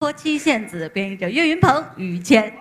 脱妻献子，编译者岳云鹏、于谦。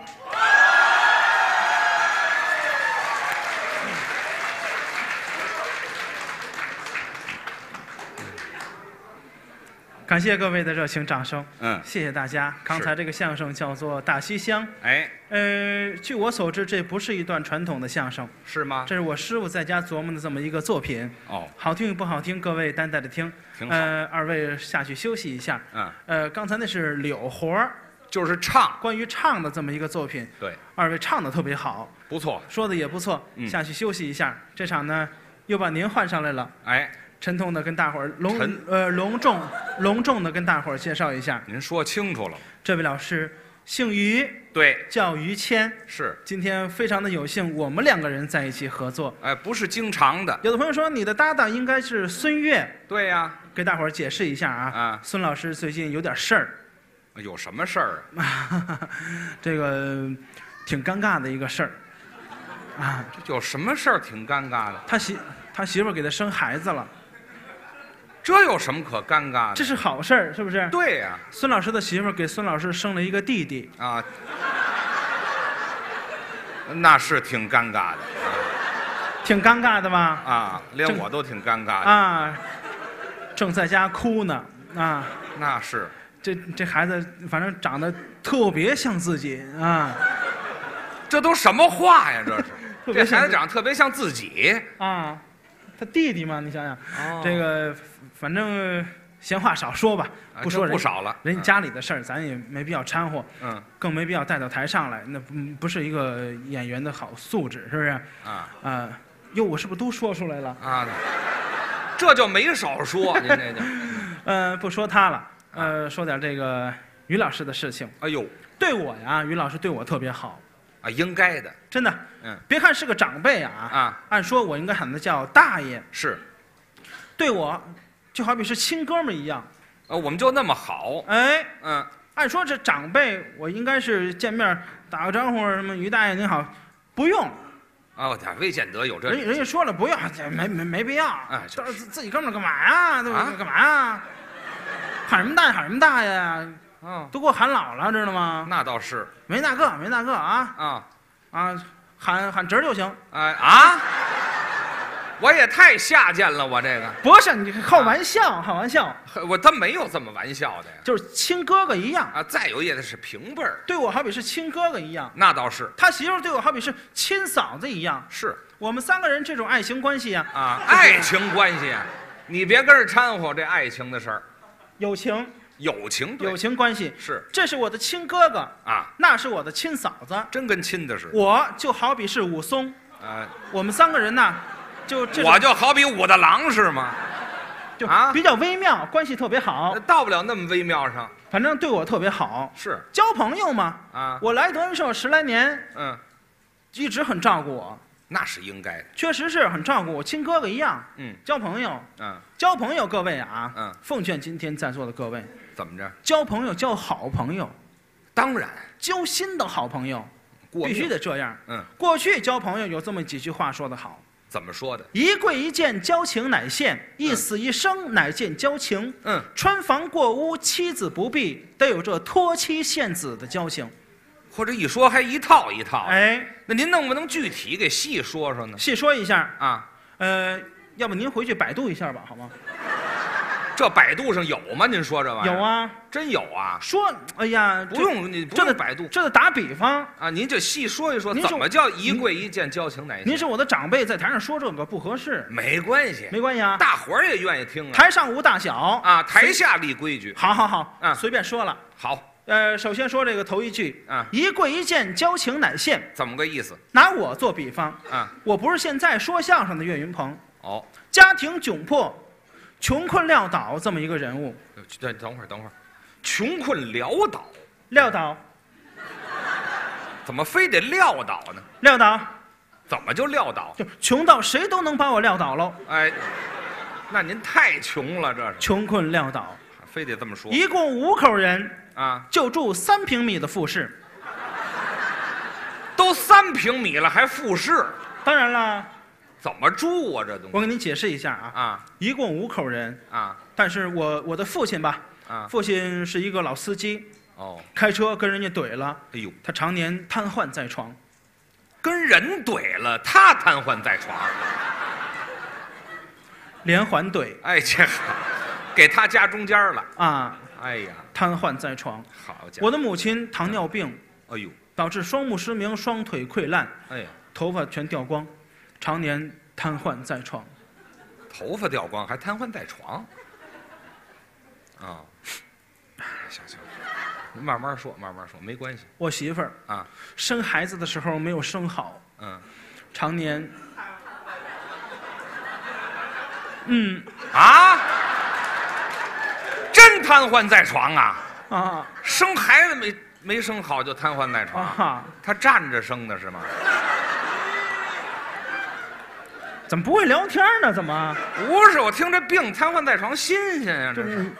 感谢各位的热情掌声，嗯谢谢大家。刚才这个相声叫做《大西厢》，哎，呃，据我所知，这不是一段传统的相声，是吗？这是我师傅在家琢磨的这么一个作品。哦，好听与不好听，各位担待着听。挺好呃，二位下去休息一下。嗯，呃，刚才那是柳活儿，就是唱，关于唱的这么一个作品，对，二位唱的特别好，不错。说的也不错。嗯下去休息一下。这场呢，又把您换上来了，哎，沉痛的跟大伙儿隆沉呃隆重隆重的跟大伙儿介绍一下，您说清楚了。这位老师姓于，对，叫于谦。是，今天非常的有幸，我们两个人在一起合作。哎，不是经常的。有的朋友说你的搭档应该是孙越，对呀，给大伙儿解释一下啊。啊孙老师最近有点事儿， 有什么事儿啊？这个挺尴尬的一个事儿啊。这有什么事儿挺尴尬的？他媳他媳妇儿给他生孩子了，这有什么可尴尬这的？是好事儿，是不是？对呀，孙老师的媳妇儿给孙老师生了一个弟弟，啊， 那是挺尴尬的挺尴尬的吧？啊，连正我都挺尴尬的。啊，正在家哭呢啊。那是，这这孩子反正长得特别像自己啊，这都什么话呀？这是 特别这像孩子长得特别像自己。啊，他弟弟嘛，你想想，哦这个反正闲话少说吧，啊不说这人不少啊了人家家里的事儿咱也没必要掺和，嗯更没必要带到台上来，那不嗯不是一个演员的好素质，是不是？啊。啊，哟，我是不是都说出来了？啊，这就没少说，您这就，呃，不说他啊了，呃，说点这个于老师的事情。哎呦，对我呀，于老师对我特别好，啊，应该的，真的。嗯，别看是个长辈啊，啊，按说我应该喊他叫大爷，是，对我就好比是亲哥们儿一样。啊，我们就那么好，哎，嗯，按说这长辈我应该是见面儿打个招呼，什么于大爷您好，不用，啊，我天，未见得有人这，人家说了不要，这没没没必要。哎都就是自己哥们儿干嘛呀？对不对？啊干嘛呀？喊什么大爷喊什么大爷呀？哦，都给我喊老了，知道吗？那倒是，没那个没那个啊啊，啊，喊喊侄儿就行。哎啊，我也太下贱了，我这个，不是你好玩笑，好玩笑，呵我他没有这么玩笑的呀，就是亲哥哥一样，啊，再有也得是平辈儿，对我好比是亲哥哥一样。那倒是，他媳妇儿对我好比是亲嫂子一样，是，我们三个人这种爱情关系呀、啊，这爱情关系，啊你别跟着掺和这爱情的事儿，友情友情对友情关系，是这是我的亲哥哥，啊，那是我的亲嫂子，真跟亲的似我就好比是武松，的，啊。我们三个人呐，就这种我就好比武大郎是吗？就啊比较微妙，关系特别好，到不了那么微妙上。反正对我特别好，是交朋友嘛。啊，我来德云社十来年，嗯，一直很照顾我，那是应该的。确实是很照顾我，亲哥哥一样。嗯交朋友，嗯，交朋友，各位啊，嗯奉劝今天在座的各位，怎么着？交朋友交好朋友，当然，交心的好朋友，过必须命。得这样。嗯，过去交朋友有这么几句话说得好：怎么说的？一跪一见，交情乃现；一死一生，乃见交情。嗯，穿房过屋，妻子不避，得有这脱妻献子的交情。或者一说还一套一套。哎，那您能不能具体给细说说呢？细说一下，啊，呃，要不您回去百度一下吧，好吗？这百度上有吗？您说这玩意儿有，啊，真有啊。说，哎呀，不用你不这用个百度这得打比方，啊，您就细说一说，您是怎么叫一跪一见交情乃您现？是我的长辈，在台上说这个不合适，没关系，没关系啊。大伙儿也愿意听啊。台上无大小，啊，台下立规矩。好好好，嗯随便说了。好呃，首先说这个头一句，啊，一跪一见，交情乃现。怎么个意思？拿我做比方，啊，我不是现在说相声的岳云鹏，哦，家庭窘迫，穷困潦倒这么一个人物。等等会儿，等会儿，穷困潦倒，撂倒，怎么非得撂倒呢？撂倒，怎么就撂倒？就穷到谁都能把我撂倒喽。哎，那您太穷了，这是穷困潦倒，非得这么说一共五口人啊？就住三平米的复式。都三平米了还复式，当然啦，怎么住啊？这东我西给您解释一下啊，啊一共五口人，啊但是我我的父亲吧，啊！父亲是一个老司机，哦，开车跟人家怼了，哎呦，他常年瘫痪在床。跟人怼了，他瘫痪在床。连环怼哎，这给他夹中间了。啊，哎呀，瘫痪在床。好家伙！我的母亲糖尿病哎呦，导致双目失明、双腿溃烂，哎呀，头发全掉光，常年瘫痪在床。头发掉光，还瘫痪在床。啊、行行，您慢慢说，慢慢说，没关系我媳妇儿啊。生孩子的时候没有生好，嗯常年，嗯啊，真瘫痪在床啊！啊生孩子没没生好就瘫痪在啊床，哈，他站着生的是吗？怎么不会聊天呢？怎么不是，我听这病瘫痪在床新鲜呀，就这是。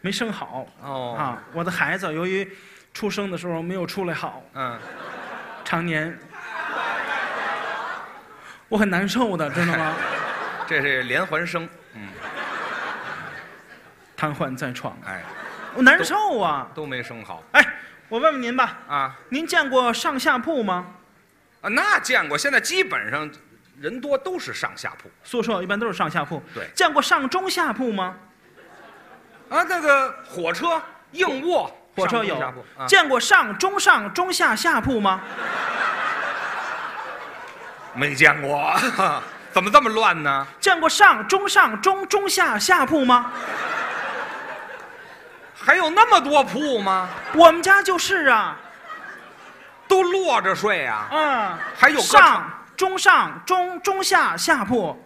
没生好哦，啊？我的孩子由于出生的时候没有出来好，嗯，常年，我很难受的，知道吗？这是连环生，嗯，瘫痪在床，哎，我难受啊！都没生好哎，我问问您吧，啊您见过上下铺吗？啊，那见过。现在基本上人多都是上下铺宿舍一般都是上下铺。对见过上中下铺吗？啊，那个火车硬卧，火车上有铺下铺啊，见过上中上中下下铺吗？没见过， 怎么这么乱呢？见过上中上中中下下铺吗？还有那么多铺吗？我们家就是啊，都落着睡啊？嗯，还有搁床，上中上中中下下铺，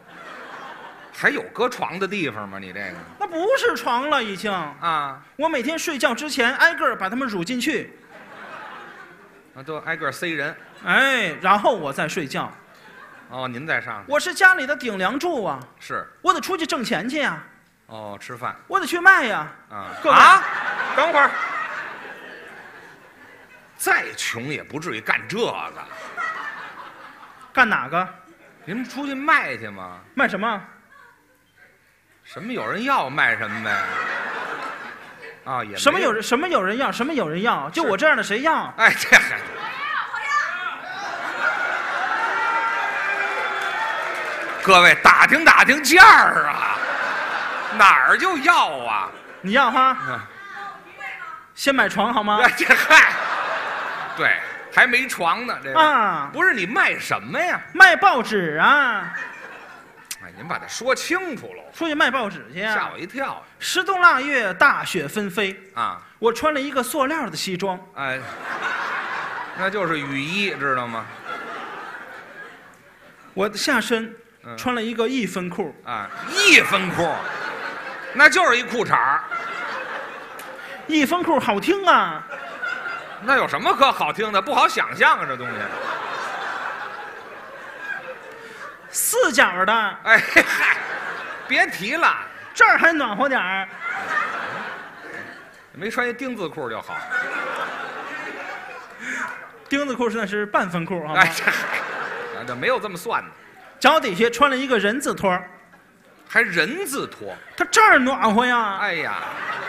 还有搁床的地方吗？你这个那不是床了已经。啊，我每天睡觉之前挨个儿把它们乳进去，啊都挨个塞人。哎，然后我再睡觉。哦，您在上我是家里的顶梁柱啊，是我得出去挣钱去呀、啊哦，吃饭我得去卖呀、啊各位啊！等会儿，再穷也不至于干这个。干哪个？您们出去卖去吗？卖什么？什么有人要卖什么呗？啊，也没什么有人什么有人要？什么有人要？就我这样的谁要？哎，这还各位打听打听价儿啊，哪儿就要啊？你要哈？啊先买床好吗？哎这嗨，对，还没床呢，这个、啊，不是你卖什么呀？卖报纸啊，哎，您把它说清楚喽，出去卖报纸去吓啊！我一跳十冬腊月，大雪纷飞，啊！我穿了一个塑料的西装，哎，那就是雨衣，知道吗？我的下身嗯穿了一个一分裤，啊，一分裤，那就是一裤衩儿，一分裤好听啊！那有什么可好听的？不好想象啊，这东西。四角的，哎 嗨，别提了，这儿还暖和点儿，没穿一丁字裤就好。钉子裤那是半分裤好吗哎，？这啊这没有这么算的，脚底下穿了一个人字拖儿，还人字拖。它这儿暖和呀！哎呀，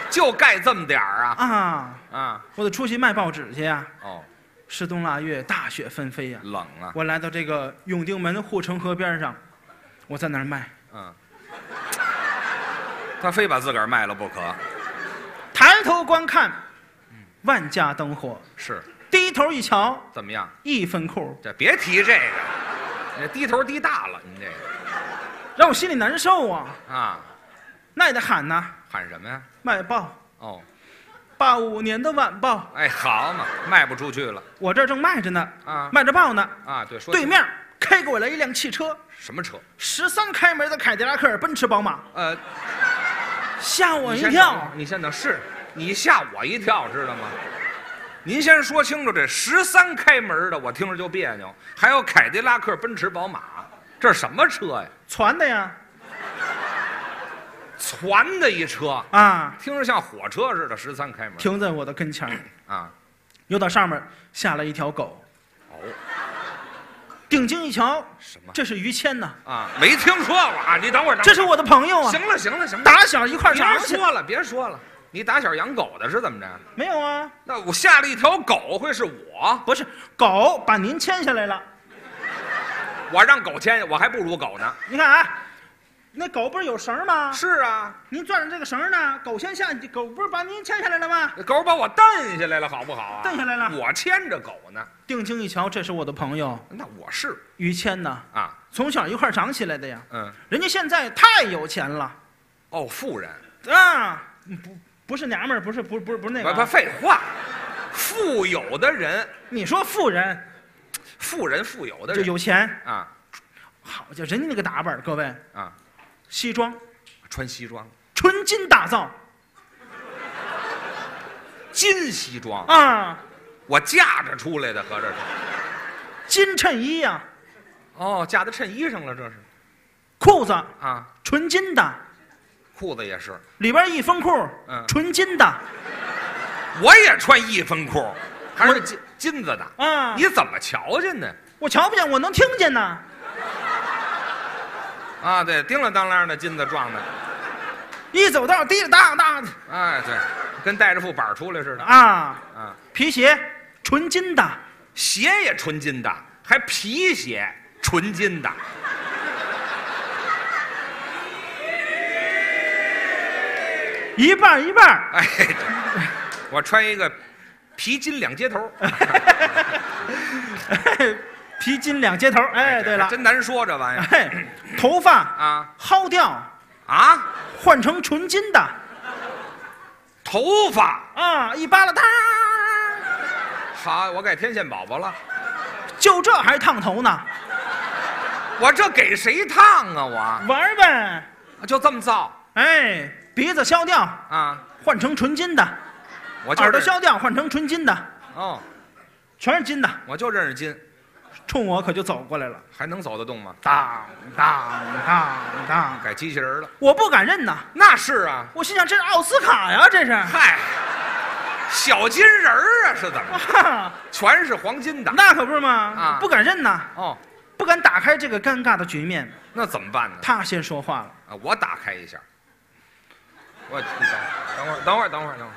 就盖这么点儿啊啊，啊！我得出去卖报纸去呀、哦，十冬腊月，大雪纷飞呀、冷啊，我来到这个永定门护城河边上，我在那儿卖，嗯。他非把自个儿卖了不可，抬头观看，万家灯火，是低头一瞧，怎么样？一分裤，这别提这个，你这低头低大了，你这个让我心里难受啊！啊，那也得喊呐，喊什么呀？卖报，哦，八五年的晚报，哎，好嘛，卖不出去了我这儿正卖着呢，啊卖着报呢。啊！对，说对面开过来一辆汽车，什么车？十三开门的凯迪拉克、奔驰、宝马，呃，吓我哦你一先跳等，。你先等，是你吓我一跳，知道吗？您先说清楚，这十三开门的，我听着就别扭。还有凯迪拉克、奔驰、宝马，这是什么车呀？传的呀，攒的一车，啊，听着像火车似的。十三开门停在我的跟前儿，啊，又到上面下来一条狗，哦，定睛一瞧，什么这是于谦呐，啊？没听说过啊！你等会儿，等会儿这是我的朋友啊，行了，行了，行了。打小一块儿长别起来。说了，别说了，你打小养狗的是怎么着？没有啊，那我下了一条狗会是我？不是狗把您牵下来了。我让狗牵，我还不如狗呢。你看啊，那狗不是有绳儿吗？是啊，您攥着这个绳儿呢，狗先下，狗不是把您牵下来了吗？狗把我蹬下来了，好不好啊？蹬下来了我牵着狗呢。定睛一瞧，这是我的朋友那我是于谦呐，啊，从小一块儿长起来的呀。嗯，人家现在太有钱了哦，富人，啊，不不是娘们儿，不是不是不是不是那不个不啊，废话，富有的人，你说富人富人富有的就人有钱，啊好家伙，人家那个打扮儿，各位啊，西装穿西装，纯金打造金西装，啊，我架着出来的，合着是。金衬衣呀、哦，架在衬衣上了，这是裤子啊，纯金的，裤子也是，里边一分裤，嗯纯金的我也穿一分裤，还是金金子的。啊，你怎么瞧见的？我瞧不见，我能听见呢。啊，对，叮了当啷的金子撞的，一走道滴里哒哒的哎，对，跟带着副板儿出来似的啊，啊。皮鞋纯金的，鞋也纯金的，还皮鞋纯金的。一半儿一半儿。 哎，我穿一个皮筋两接头。皮筋两接头。 哎，对了，真难说这玩意儿哎，头发啊薅掉，啊！换成纯金的头发，啊，一扒拉嗒，好，我改天线宝宝了。就这还烫头呢，我这给谁烫啊？玩儿呗。我就这么造哎，鼻子削掉，啊！换成纯金的；我就耳朵认识削掉，换成纯金的，哦，全是金的。我就认识金，冲我可就走过来了，还能走得动吗？当当当当，改机器人了，我不敢认呐。那是啊。我心想，这是奥斯卡呀，这是。嗨，小金人儿啊，是怎么着？啊全是黄金的。那可不是嘛啊，不敢认呐，哦，不敢打开这个尴尬的局面。那怎么办呢？他先说话了。啊，我打开一下。我你等会儿，等会儿，等会儿，等会儿，等会儿，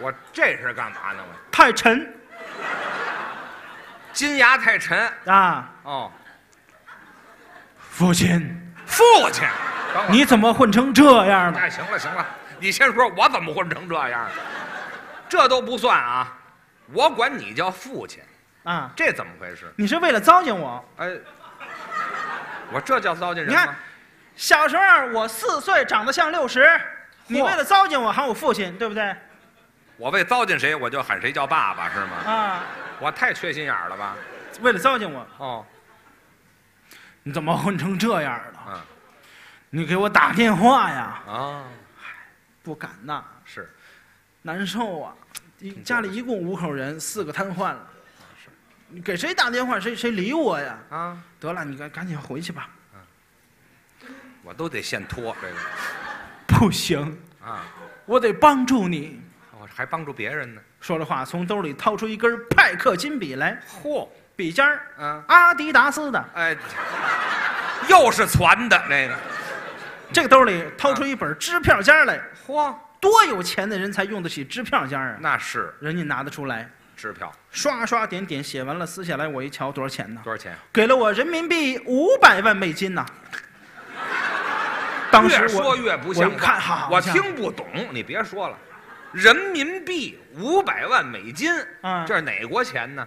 我这是干嘛呢？我太沉金牙太沉啊！哦，父亲，父亲，等会儿你怎么混成这样了？哎，行了行了，你先说我怎么混成这样儿，这都不算啊，我管你叫父亲，啊！这怎么回事？你是为了糟践我？哎，我这叫糟践人你看吗？小时候我四岁长得像六十，你为了糟践我喊我父亲，对不对？我为糟践谁，我就喊谁叫爸爸是吗？啊，我太缺心眼儿了吧？为了糟践我，哦，你怎么混成这样了？啊嗯你给我打电话呀！啊，不敢呐，是难受啊！一苦家里一共五口人，四个瘫痪了。你给谁打电话，谁谁理我呀？啊，得了，你赶赶紧回去吧。我都得现拖这个不行，啊。我得帮助你。我还帮助别人呢。说着话，从兜里掏出一根派克金笔来，嚯，笔尖儿，嗯，阿迪达斯的。哎，又是攒的那个，这个兜里掏出一本支票尖儿来，嚯，多有钱的人才用得起支票尖儿啊！那是人家拿得出来，支票，刷刷点点写完了，撕下来我一瞧，多少钱呢多？少钱？给了我人民币五百万美金呐、当时越我说越不像我一话，看好我像听不懂，你别说了。人民币五百万美金，啊这是哪国钱呢？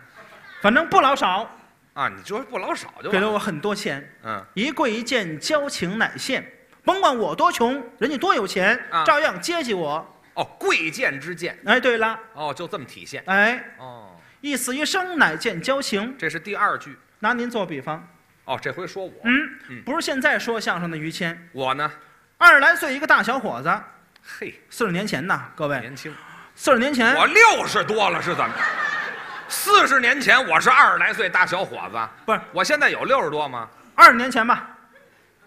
反正不老少，啊，你就不老少就给完了了。我很多钱。嗯，一跪一见，交情乃现。甭管我多穷，人家多有钱，啊照样接济我。哦，贵贱之见，哎，对了，哦，就这么体现。哎，哦，一死一生乃见交情。这是第二句。拿您做比方，哦，这回说我，嗯嗯，不是现在说相声的于谦，我呢，二十来岁一个大小伙子，嘿，四十年前呐，各位，年轻。四十年前我六十多了是怎么着？四十年前我是二十来岁大小伙子，不是我现在有六十多吗？二十年前吧，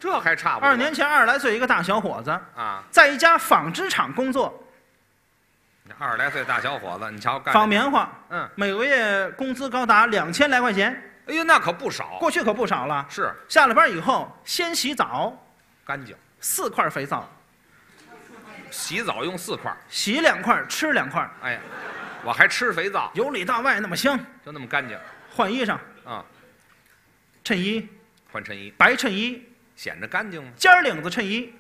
这还差不多。二十年前二十来岁一个大小伙子，啊，在一家纺织厂工作，二十来岁大小伙子，你瞧干这纺棉花，嗯，每个月工资高达两千来块钱，哎呦，那可不少，过去可不少了。是下了班以后，先洗澡，干净。四块肥皂，洗澡用四块儿，洗两块儿，吃两块儿，哎呀，我还吃肥皂，由里到外那么香。就那么干净换衣裳，啊。衬衣换衬衣白衬衣，显着干净吗？尖儿领子衬衣，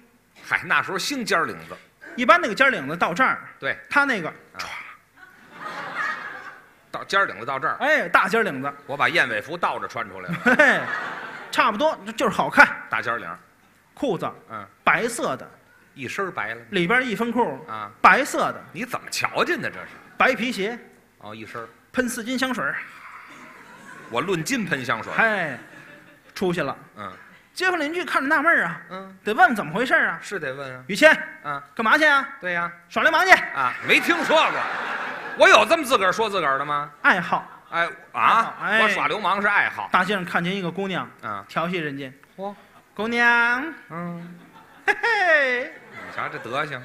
嗨，那时候兴尖儿领子，一般那个尖儿领子到这儿，对，他那个到尖儿领子到这儿，哎大尖儿领子，我把燕尾服倒着穿出来了，嘿嘿，差不多就是好看。大尖儿领，裤子嗯，白色的，一身儿白了里边一分裤，啊。白色的，你怎么瞧见的这是？白皮鞋，哦，一身儿，喷四斤香水儿，我论斤喷香水儿，嘿，出去了。嗯街坊邻居看着纳闷儿啊，嗯，得问问怎么回事儿啊。是得问啊，雨谦，啊，干嘛去啊？对呀、耍流氓去，啊，没听说过，我有这么自个儿说自个儿的吗？爱好。哎啊啊，哎我耍流氓是爱好大街上看见一个姑娘，啊。调戏人家，嚯，姑娘，嗯，嘿嘿，你瞧这德行，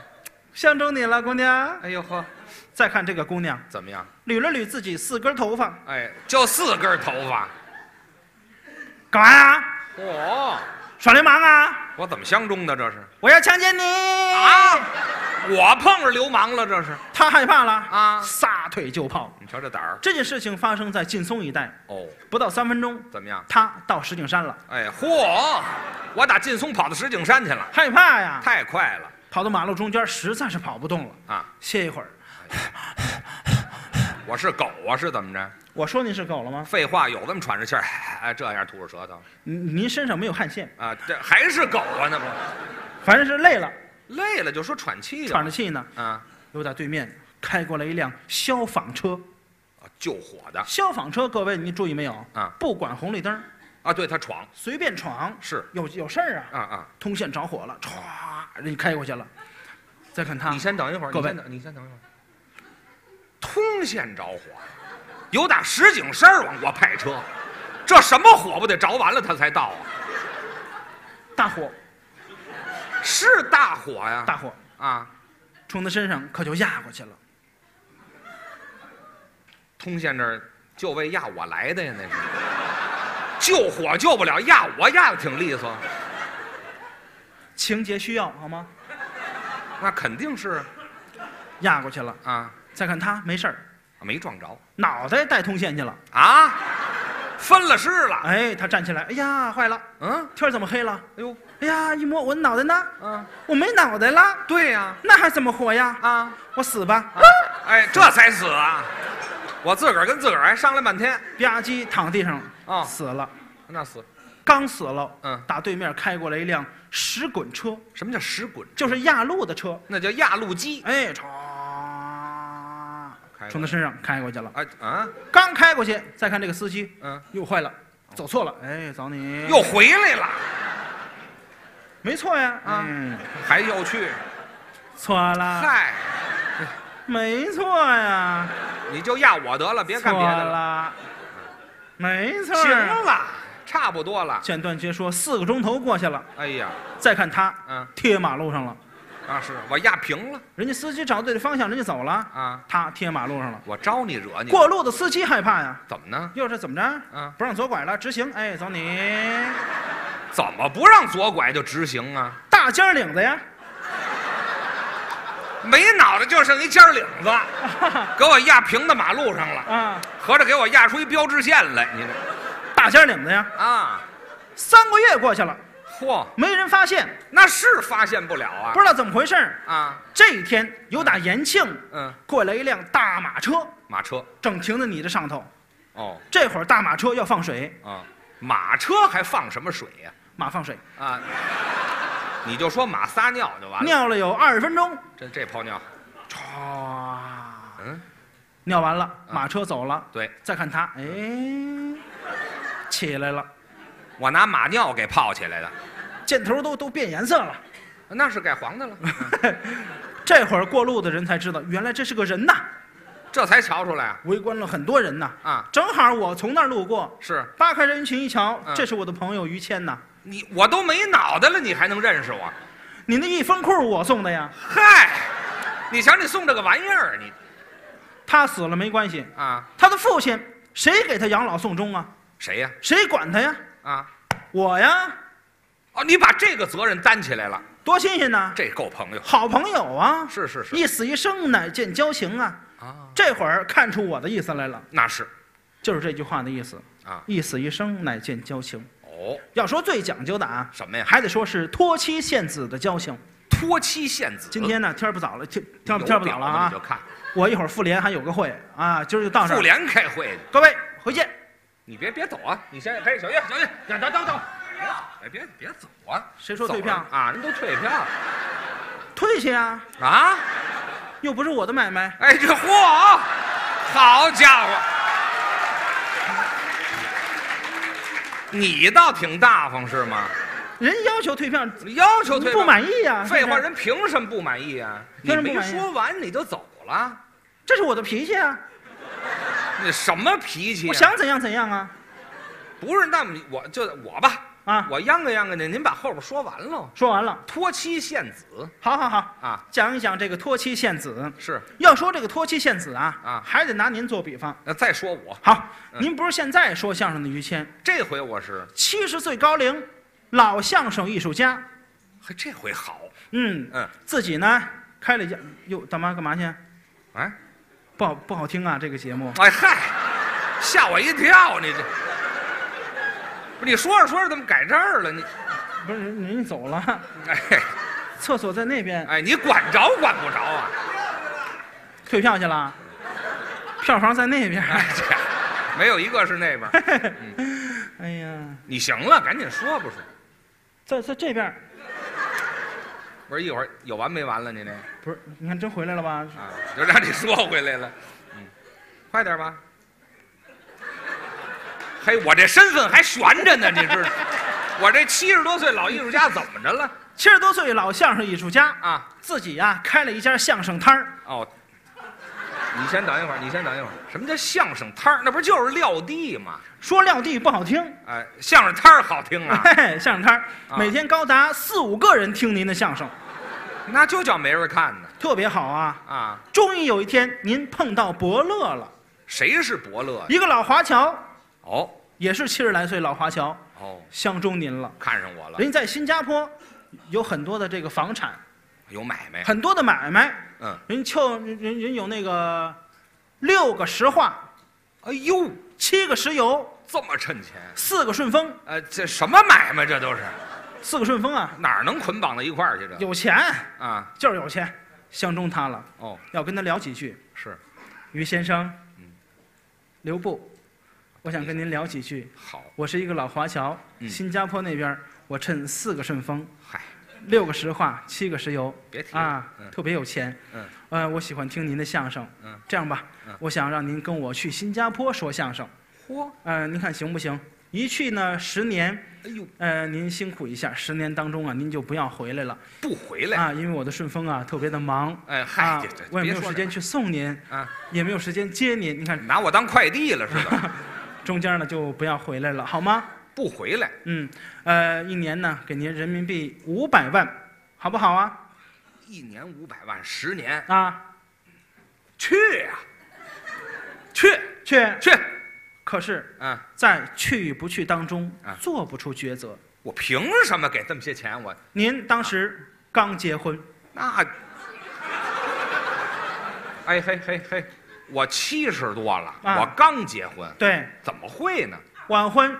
相中你了，姑娘。哎呦呵，再看这个姑娘，怎么样？捋了捋自己四根头发，哎，就四根头发，干嘛呀？嚯、耍流氓啊！我怎么相中的这是？我要强奸你！啊，我碰着流氓了这是他害怕了，啊！撒腿就跑。你瞧这胆儿这件事情发生在劲松一带，哦，不到三分钟，怎么样？他到石景山了，哎，嚯，我打劲松跑到石景山去了，害怕呀，太快了跑到马路中间，实在是跑不动了，啊！歇一会儿。我是狗啊，是怎么着？我说您是狗了吗？废话，有这么喘着气儿，哎，这样吐着舌头您您身上没有汗腺，啊？这还是狗啊？那不反正是累了，累了就说喘气喘着了气呢。啊！又在对面开过来一辆消防车，啊救火的消防车各位您注意没有？啊，不管红绿灯，啊，对他闯随便闯，是有有事儿啊。啊啊！通县着火了，歘，人家开过去了。再看他你，先等一会儿，啊各你位先等，你先等一会儿。通县着火，有打石景山儿往过派车，这什么火不得着完了他才到啊？大火，是大火呀！大火啊，冲他身上可就压过去了。通县这儿就为压我来的呀，那是。救火救不了，压我压的挺利索，情节需要好吗？那肯定是压过去了。啊，再看他，没事儿，没撞着脑袋带通县去了。啊，分了尸了，哎，他站起来，哎呀，坏了，嗯，天儿怎么黑了？哎呦，哎呀，一摸我脑袋呢？啊，我没脑袋了，对呀、那还怎么活呀？啊，我死吧！啊，哎，这才死啊！我自个儿跟自个儿还商量半天，吧唧躺地上，啊死了，那死刚死了。嗯，打对面开过来一辆石滚车，什么叫石滚？就是压路的车。那叫压路机。哎，歘，开过来从他身上开过去了。哎啊，刚开过去，再看这个司机嗯，又坏了，走错了。哎，找你又回来了，没错呀，啊嗯，还要去？错了，嗨，没错呀，你就压我得了，别错干别的了。了，没错。行，了，差不多了。简短截说，四个钟头过去了，哎呀，再看他嗯，贴马路上了，啊是，我压平了人家司机找对的方向，人家走了，啊，他贴马路上了。我招你惹你了？过路的司机害怕呀，怎么呢？又是怎么着？啊，不让左拐了，直行。哎，走你，怎么不让左拐就直行啊？大尖儿领子呀，没脑袋就剩一尖儿领子，给我压平到马路上了，啊，合着给我压出一标志线来，你这大尖儿领子呀。啊，三个月过去了，嚯，没人发现，那是发现不了啊不知道怎么回事儿。啊，这一天，有打延庆嗯，过来一辆大马车，马车正停在你这上头。哦。这会儿大马车要放水，啊，马车还放什么水呀、马放水，啊？你就说马撒尿就完了。尿了有二十分钟，这这泡尿，唰，嗯，尿完了，马车走了。对，再看他，哎，起来了，我拿马尿给泡起来的，箭头都都变颜色了。 那是改黄的了，这会儿过路的人才知道，原来这是个人呐，这才瞧出来啊。围观了很多人呐。啊，正好我从那儿路过，是扒开人群一瞧，嗯这是我的朋友于谦呐。你我都没脑袋了，你还能认识我？你那一封裤我送的呀，嗨，你瞧你送这个玩意儿，啊你他死了没关系，啊，他的父亲谁给他养老送终啊？谁呀、谁管他呀？啊？我呀，哦，你把这个责任担起来了，多新鲜呐！这够朋友，好朋友啊，是是是一死一生乃见交情啊！啊，这会儿看出我的意思来了，那是就是这句话的意思啊。一死一生乃见交情。哦，要说最讲究的啊，什么呀？还得说是托妻献子的交情。托妻献子。今天呢，天儿不早了，天天儿有天儿不早了表子你啊！就看我一会儿妇联还有个会啊，今儿就到这妇儿。联开会呢，各位回见。你别别走啊！你先，嘿，小月，小月，等等等等，哎，别别走啊！谁说退票走了啊？人都退票了退去啊，啊！又不是我的买卖。哎，这嚯，好家伙，你倒挺大方是吗？人要求退票，你要求退不意，满意呀、啊？废话，是不是人凭什么不满意啊？凭什么不你没满意说完你就走了，这是我的脾气啊，你什么脾气、啊？我想怎样怎样啊不是，那么我就我吧，啊！我央个央个您，您把后边说完喽。说完了，托妻献子好好好，啊，讲一讲这个托妻献子。是。要说这个托妻献子啊，啊还得拿您做比方。那再说我好，嗯您不是现在说相声的于谦，这回我是，七十岁高龄，老相声艺术家，嘿，这回好，嗯，嗯，自己呢开了一家，哟，大妈干嘛去？哎不好不好听啊，这个节目。哎嗨，吓我一跳，你这，不是你说着说着怎么改这儿了？你，不是人人家走了，哎厕所在那边，哎，你管着管不着啊？退票去了，票房在那边。哎这没有一个是那边儿，嗯哎呀，你行了，赶紧说不是？在在这边，不是一会儿有完没完了？你那不是，你看真回来了吧？啊，就让你说回来了，嗯，快点吧。嘿，我这身份还悬着呢，你知道？我这七十多岁老艺术家怎么着了七十多岁老相声艺术家，啊？自己呀、开了一家相声摊儿，哦，你先等一会儿，你先等一会儿。什么叫相声摊儿？那不就是撂地吗？说撂地不好听，哎，相声摊儿好 听啊，嘿嘿，相声摊儿、啊每天高达四五个人听您的相声，那就叫没人看呢特别好啊。啊！终于有一天您碰到伯乐了，谁是伯乐呀？一个老华侨，哦也是七十来岁老华侨，哦，相中您了。看上我了，哎人家在新加坡有很多的这个房产，有买卖。很多的买卖，嗯，人就人人人有那个六个石化，哎呦，七个石油，这么趁钱？四个顺风，呃，这什么买卖？这都是四个顺风啊，哪儿能捆绑到一块儿去这？有钱啊，就是有钱，相中他了，哦，要跟他聊几句。是于先生嗯，刘部，我想跟您聊几句。好，我是一个老华侨，嗯新加坡那边儿我趁四个顺风，嗨，六个石化，七个石油别提了啊，嗯特别有钱。嗯，呃，我喜欢听您的相声。嗯，这样吧嗯，我想让您跟我去新加坡说相声。嚯，呃，您看行不行？一去呢十年，哎呦，呃，您辛苦一下，十年当中啊，您就不要回来了不回来。啊，因为我的顺丰啊特别的忙。哎嗨，啊这这，我也别没有说时这间去送您，啊，也没有时间接您。你看拿我当快递了是吧？中间呢就不要回来了，好吗？不回来，嗯，呃，一年呢给您人民币五百万，好不好啊？一年五百万，十年啊，去呀、去去。去，可是，嗯，在去与不去当中啊，做不出抉择。我凭什么给这么些钱？我您当时刚结婚，那，哎嘿嘿嘿，我七十多了，啊我刚结婚，对，怎么会呢？晚婚，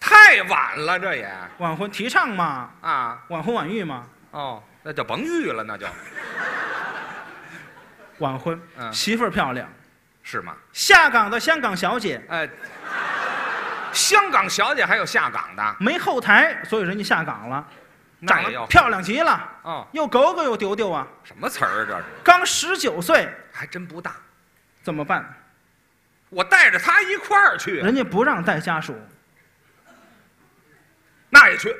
太晚了，这也晚婚提倡嘛，啊晚婚晚育嘛，哦，那就甭遇了，那就晚婚，嗯媳妇儿漂亮，是吗？下岗的香港小姐，哎，香港小姐还有下岗的，没后台，所以人家下岗了，那长也要得漂亮极了，哦，又狗狗又丢丢啊，什么词儿啊这是？刚十九岁还真不大，怎么办？我带着她一块儿去，人家不让带家属，那也去。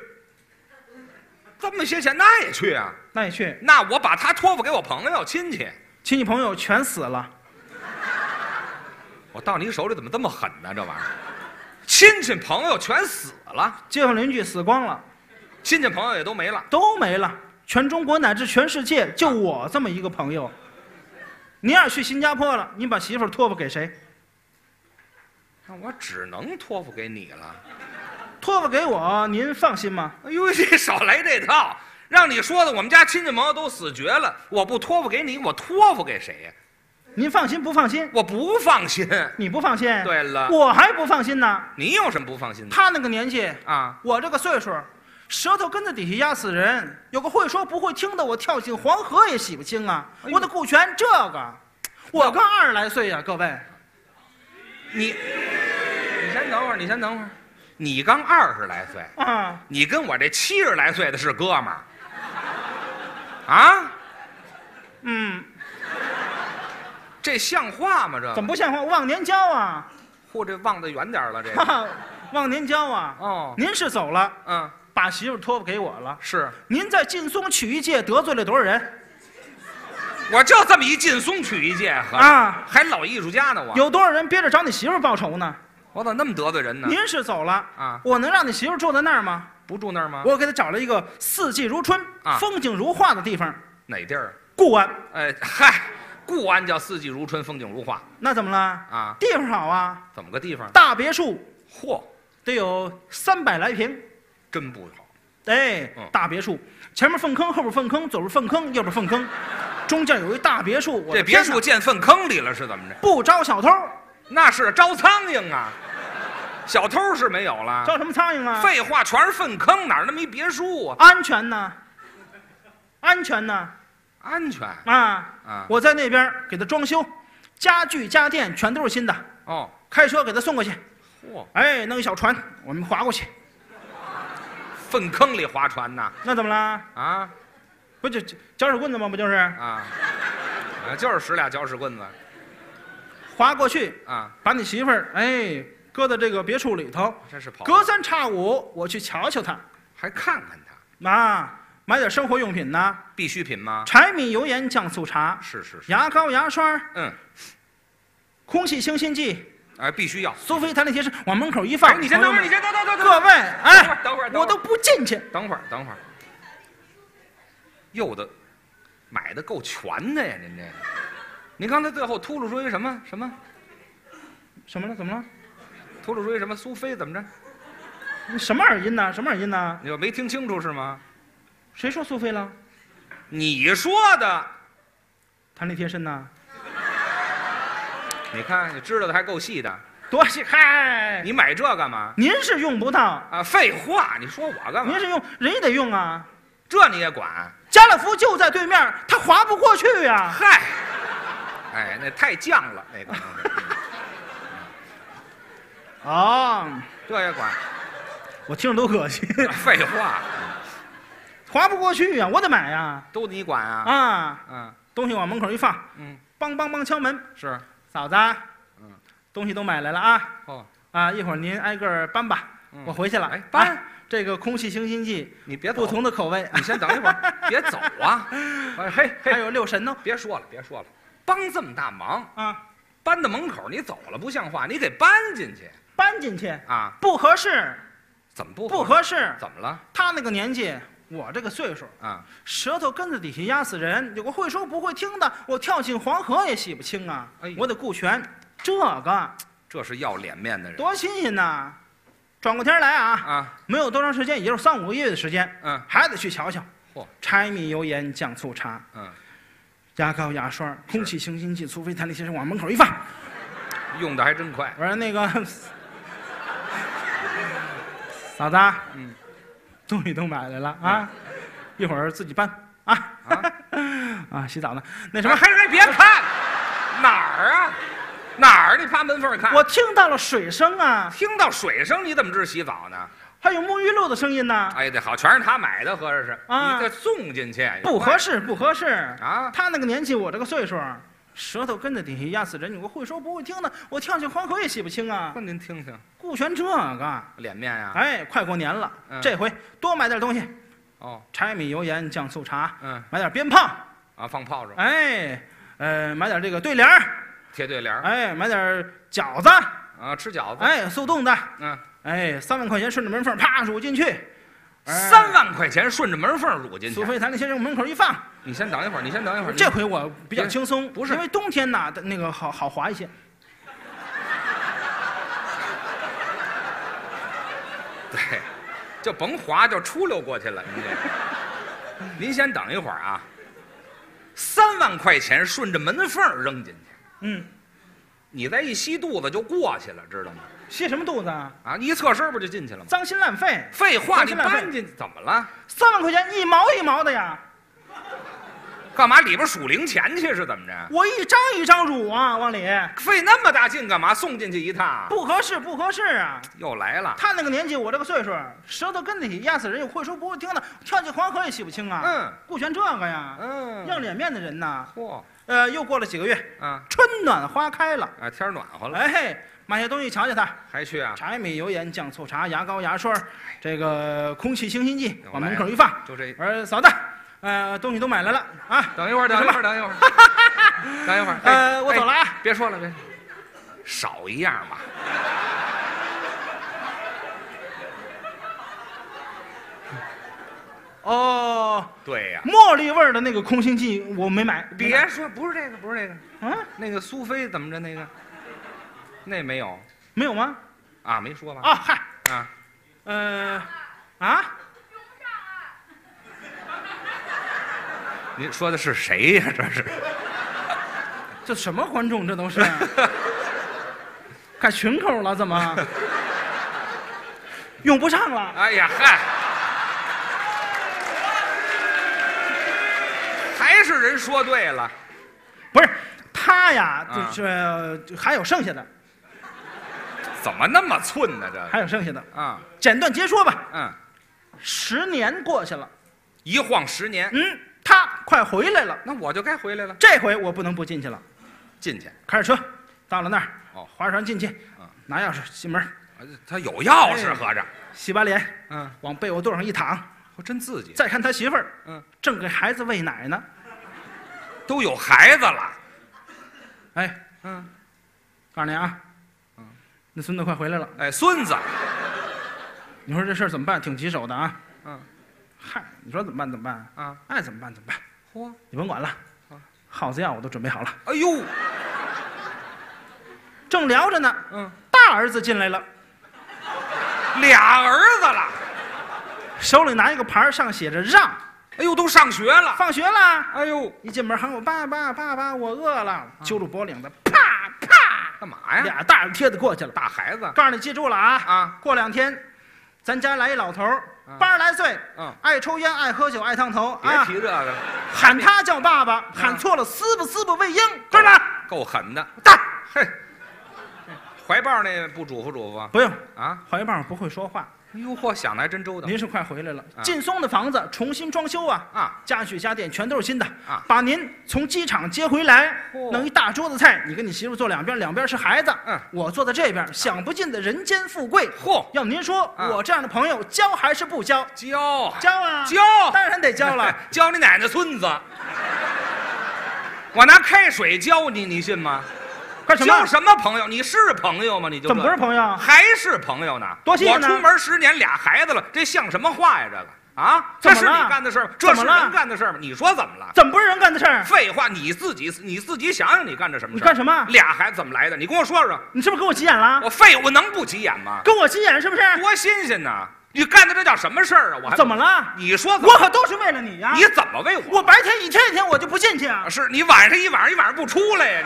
这么些钱，那也去啊？那也去，那我把他托付给我朋友亲戚，亲戚朋友全死了，我到你手里怎么这么狠呢？这玩意儿，亲戚朋友全死了，街坊邻居死光了，亲戚朋友也都没了，都没了，全中国乃至全世界就我这么一个朋友。您要是去新加坡了，你把媳妇儿托付给谁？那我只能托付给你了。托付给我，您放心吗？哎呦，这少来这套！让你说的我们家亲戚朋友都死绝了，我不托付给你，我托付给谁呀？您放心不放心？我不放心。你不放心？对啊了我还不放心呢。你有什么不放心的他那个年纪，啊？我这个岁数，舌头根子底下压死人。有个会说不会听的，我跳进黄河也洗不清啊！哎呦我得顾全这个。我刚二十来岁呀、各位，你，你先等会儿，你先等会儿。你刚二十来岁，啊，你跟我这七十来岁的是哥们儿，啊？嗯，这像话吗？这怎么不像话？忘年交啊，嚯，这忘得远点儿了，这哈个。哈，忘年交啊。哦，您是走了，嗯，把媳妇托付给我了。是，您在劲松曲艺界得罪了多少人我就这么一劲松曲一介，合着啊？还老艺术家呢我。有多少人憋着找你媳妇报仇呢？我咋那么得罪人呢？您是走了啊，我能让你媳妇住在那儿吗？不住那儿吗？我给她找了一个四季如春、啊风景如画的地方，哪地儿？固安。哎，嗨，固安叫四季如春，风景如画那怎么了？啊，地方好啊，怎么个地方？大别墅嚯，得有三百来平。真不好。哎嗯，大别墅，前面粪坑，后边粪坑，左边粪坑，右边粪坑，中间有一大别墅。我的这别天哪墅啊建粪坑里了是怎么着？不招小偷，那是招苍蝇啊，小偷是没有了。招什么苍蝇啊？废话，全是粪坑，哪儿那么一别墅啊？安全呢？安全呢？安全啊！啊，我在那边给他装修，家具家电全都是新的，哦，开车给他送过去。嚯，哎，弄一小船，我们划过去。粪坑里划船呐，那怎么啦？啊不就搅屎棍子吗？不就是啊，啊就是使俩搅屎棍子划过去，啊，把你媳妇儿哎搁到这个别墅里头，这是跑隔三差五我去瞧瞧她，还看看他，妈买点生活用品呐，必需品吗？柴米油盐酱醋茶，是是是，牙膏牙刷，嗯，空气清新剂，哎，必须要。苏菲弹力贴士往门口一哎，放。你先等会儿，你先。先等等等等各位，哎，等会儿，等会儿，我都不进去，等会儿，等会儿。又的，买的够全的呀，您这个。您刚才最后秃噜出一什么什么？什么了？怎么了？秃噜出一什么？苏菲怎么着？你什么耳音呐？什么耳音呐？你又没听清楚是吗？谁说苏菲了？你说的，弹力贴身呐？你看你知道的还够细的，多谢嗨，你买这干嘛？您是用不到，啊，废话，你说我干嘛您？是用人也得用啊。这你也管？家乐福就在对面，他划不过去啊呀、嗨，哎，那太犟了，那个，嗯啊。哦，这也 管？我听着都恶心，废话， 划不过去呀、啊我得买呀、都你管啊！啊？嗯东西往门口一放，嗯，梆梆梆敲门，是，嫂子，啊嗯，东西都买来了啊哦，啊！一会儿您挨个儿搬吧，嗯我回去了。哎搬啊这个空气清新剂，你别不走，同的口味，你先等一会儿，别走啊！哎嘿还嘿，有六神呢别说了，别说了，帮这么大忙，啊，搬到门口你走了不像话，你给搬进去搬进去啊？不合适，怎么不不合合适适？。怎么了他那个年纪，我这个岁数，啊？舌头根子底下压死人，有个会说不会听的，我跳进黄河也洗不清啊！哎呦我得顾全这个，这是要脸面的人多新鲜呐！转过天来啊，啊！没有多长时间，也就是三五个月的时间，嗯还得去瞧瞧嚯。柴米油盐酱醋茶，嗯，牙膏牙刷，空气清新剂，苏菲弹力贴身往门口一放。用的还真快。我说那个 嫂子，嗯，东西都买来了啊，一会儿自己搬啊 啊，洗澡呢。那什么，还还别看哪儿啊？哪儿？你趴门缝儿看？我听到了水声啊，听到水声，你怎么知洗澡呢？还有沐浴露的声音呢，哎，对，好，全是他买的，合着是。啊你再送进去不合适，不合适。 啊？他那个年纪，我这个岁数，舌头根子底下压死人。有个会说不会听的，我跳进黄河也洗不清啊。那您听听，顾全这个，脸面呀、哎，快过年了，嗯这回多买点东西，哦，柴米油盐酱醋茶，嗯买点鞭炮，啊，放炮仗，哎，呃，买点这个对联儿，贴对联儿哎，买点饺子，啊，吃饺子，哎，速冻的，嗯，哎，三万块钱顺着门缝啪数进去，哎三万块钱顺着门缝儿撸进苏去。菲弹力先生门口一放，你先等一会儿，你先等一会儿。这回我比较轻松，不是因为冬天呐，那个好好滑一些。你对，就甭划，就出溜过去了。你这您先等一会儿啊，三万块钱顺着门缝儿扔进去，嗯，你再一吸肚子就过去了，知道吗？泄什么肚子啊？啊，你一侧身不就进去了吗？脏心烂肺，废话，放你心了搬进去怎么了？三万块钱一毛一毛的呀，干嘛里边数零钱去是怎么着？我一张一张乳啊，往里费那么大劲干嘛？送进去一趟啊，不合适，不合适啊。又来了。他那个年纪，我这个岁数，舌头根子里压死人，又会说不会听的，跳进黄河也洗不清啊。嗯，顾全这个呀，嗯，要脸面的人呐。嚯呃，又过了几个月，啊春暖花开了，啊！天儿暖和了，哎嘿，买些东西瞧瞧他，还去啊？柴米油盐酱醋茶，牙膏牙刷，这个空气清新剂，又往来门了口一放。就这我说嫂子，呃，东西都买来了啊，等一会儿，等一会儿，等 一会儿，等一会儿。哎呃，我走了。啊哎。别说了，别说了少一样吧。哦，对呀，茉莉味儿的那个空心剂我没买，没买别说，不是这个，不是这个，啊，那个苏菲怎么着？那个，那没有没有吗？啊？没说吧？啊嗨，啊，呃，啊，您说的是谁呀？这是这什么观众这都是？改群口了怎么？用不上了， 哎呀，嗨，还是人说对了，不是他呀，啊就是、就还有剩下的，怎么那么寸呢？这个还有剩下的，啊，简短截说吧。嗯，十年过去了，一晃十年，嗯，他快回来了，那我就该回来了，这回我不能不进去了。进去。开着车到了那儿，哦划船进去啊，拿钥匙进门，啊他有钥匙，哎合着，洗把脸，嗯，往被窝垛上一躺，我真刺激，再看他媳妇儿，嗯，正给孩子喂奶呢。都有孩子了，哎，嗯，告诉你啊，嗯那孙子快回来了，哎，孙子，你说这事儿怎么办？挺棘手的啊。嗯，嗨，你说怎么办？怎么办？啊，爱怎么办？怎么办？嚯，你甭管了啊，耗子药我都准备好了。哎呦，正聊着呢，嗯，大儿子进来了，俩儿子了，手里拿一个牌儿，上写着让，哎呦，都上学了，放学啦。哎呦，一进门喊我爸爸爸爸，我饿啊了，揪住脖领子，啪啪，干嘛呀？俩大耳贴子过去了。大孩子告诉你，记住了啊！啊，过两天，咱家来一老头儿嗯，八十来岁，嗯，爱抽烟，爱喝酒，爱烫头别啊提！这个了，啊喊他叫爸爸，喊错了撕吧撕吧喂鹰，知道吧？够狠的，大嘿，怀抱那不嘱咐嘱咐啊不用，啊？怀抱不会说话。哎呦嚯，想的还真周到您是快回来了，啊劲松的房子重新装修啊，啊！家具家电全都是新的啊把您从机场接回来，嚯弄一大桌子菜，你跟你媳妇坐两边，两边是孩子，嗯，我坐在这边，享不尽的人间富贵。嚯，要您说，啊我这样的朋友交还是不交？教交啊，教，当然得交 了。，教你奶奶孙 子。我拿开水浇你，你信吗？干什交么？什么朋友？你是朋友吗？你就怎么不是友？朋友啊？还是朋友呢？多新我鲜呢出门十年，俩孩子了，这像什么话呀？这个啊，这怎是么你了干的事儿吗？这是怎么了人干的事儿吗？你说怎么了？怎么不是人干的事儿？废话，你自己你自己想想，你干的什么你事儿干？什么？俩孩子怎么来的？你跟我说说，你是不是跟我急眼了？我废物能不急眼吗？跟我急眼是不是？多新鲜呐！你干的这叫什么事儿啊？我还怎么了？你说怎我么？可都是为了你呀、你怎么为我？我白天一天一天我就不进去啊！是你晚上一晚上一晚上不出来呀、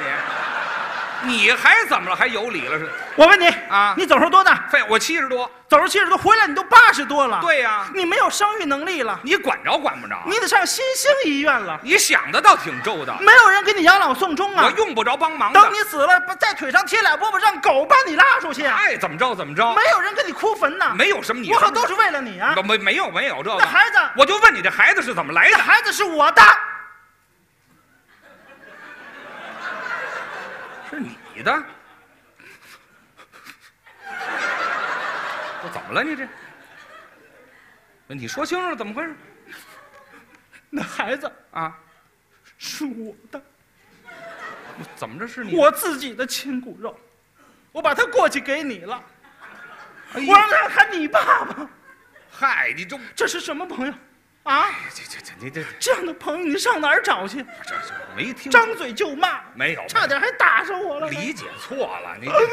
你，你还怎么了？还有理了是？我问你啊你走时候多大？废，我七十多，走时候七十多，回来你都八十多了。，对呀、你没有生育能力了，你管着管不着？啊你得上新兴医院了，你想的倒挺周到，没有人给你养老送终我啊！用不着帮忙的。等你死了，把在腿上贴俩饽饽，让狗把你拉出去啊！爱怎么着怎么着，没有人给你哭坟呐！哎没有什么你我可都是为了你啊！没没有没有这那个，孩子，我就问你这孩子是怎么来这的？孩子是我的，是你的？ 我怎么了你这？你说清楚怎么回事那孩子啊？是我的。怎么着是你？我自己的亲骨肉，我把它过继给你了，哎我让呀，他喊你爸爸，嗨，你这这是什么朋友啊？这这这你这这这样的朋友你上哪儿找去？这这没听张嘴就骂，没有？差点还打上我了。理解错了，你这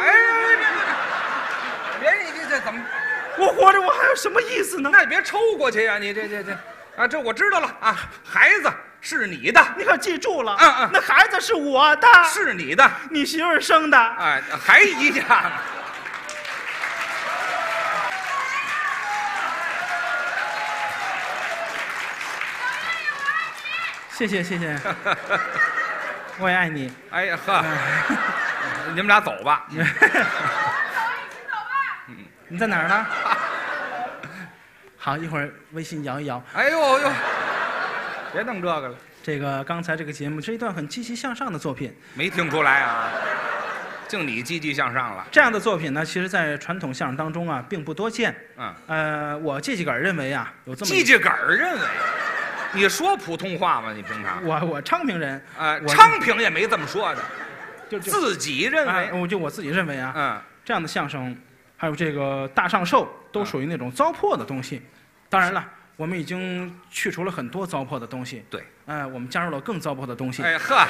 哎哎哎别别别别，你这这怎么？我活着我还有什么意思呢？那你别抽过去呀、你这这这啊，这我知道了啊，孩子是你的，你可记住了，嗯嗯那孩子是我的，是你的，你媳妇儿生的，哎，还一样。谢谢谢谢， 我也爱你。哎呀呵，你们俩走吧。你在哪儿呢？ 好，一会儿微信摇一摇。哎呦呦，别弄这个了，这个刚才这个节目是一段很积极向上的作品，没听出来啊？净你积极向上了。这样的作品呢，其实在传统相声当中啊，并不多见。嗯，呃，我自己个儿认为啊，有这么叽一叽杆儿认为，你说普通话吗？你平常？我我昌平人，啊，我昌平也没这么说的，就就自己认啊，为。我就我自己认为啊，嗯，这样的相声，还有这个大上寿，都嗯属于那种糟粕的东西。当然了，我们已经去除了很多糟粕的东西，对。呃，我们加入了更糟粕的东西，哎呵，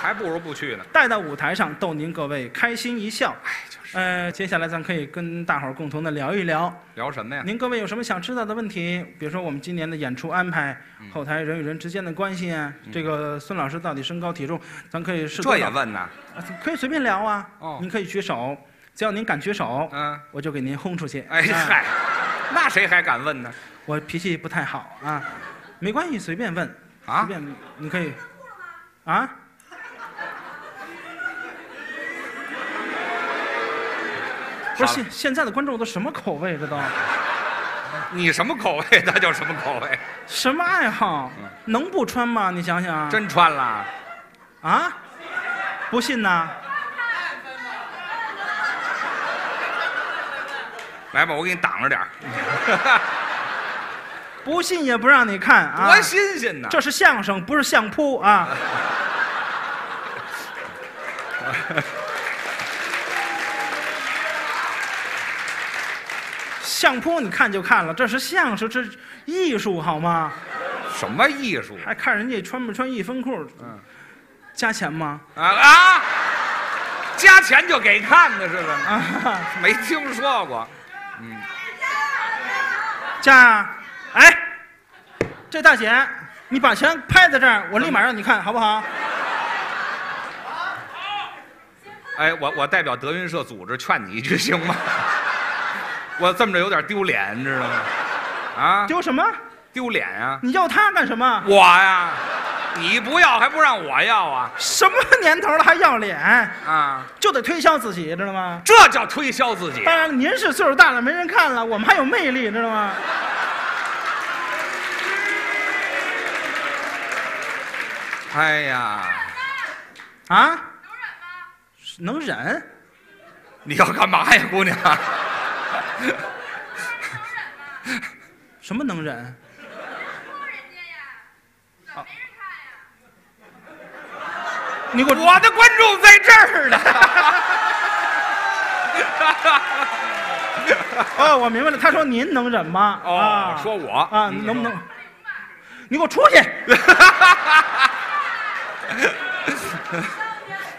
还不如不去呢。带到舞台上，逗您各位开心一笑。哎，就是呃，接下来咱可以跟大伙儿共同的聊一聊，聊什么呀？您各位有什么想知道的问题？比如说我们今年的演出安排，后台人与人之间的关系啊，这个孙老师到底身高体重，咱可以是嗯这也问呢？可以随便聊啊。哦您可以举手，只要您敢举手，嗯，我就给您轰出去。哎啊，嗨，那谁还敢问呢？我脾气不太好啊，没关系，随便问，随啊，便你可以。啊？不是好了现现在的观众都什么口味？这都你什么口味， 他就什么口味，什么爱好？嗯能不穿吗？你想想。真穿了。啊？不信呐？来吧，我给你挡着点儿，不信也不让你看啊！多新鲜呐！这是相声，不是相扑啊！相扑你看就看了，这是相声，这是艺术好吗？什么艺术还看人家穿不穿一分裤？嗯加钱吗？啊啊！加钱就给看的是怎么？啊，没听说过， 加！哎，这大姐，你把钱拍在这儿，我立马让你看好不好？哎，我我代表德云社组织劝你一句行吗？ 我这么着有点丢脸，你知道吗？啊，丢什么？丢脸啊！你要它干什么？我呀，你不要还不让我要啊什么年头了还要脸？啊！就得推销自己，知道吗？这叫推销自己当然了，您是岁数大了，没人看了，我们还有魅力，知道吗？哎呀，啊？能忍吗？能忍？你要干嘛呀，姑娘？什么能忍？你 给我我的观众在这儿呢。哦，我明白了。他说您能忍吗？哦啊，说我啊，嗯能不能？你给我出去！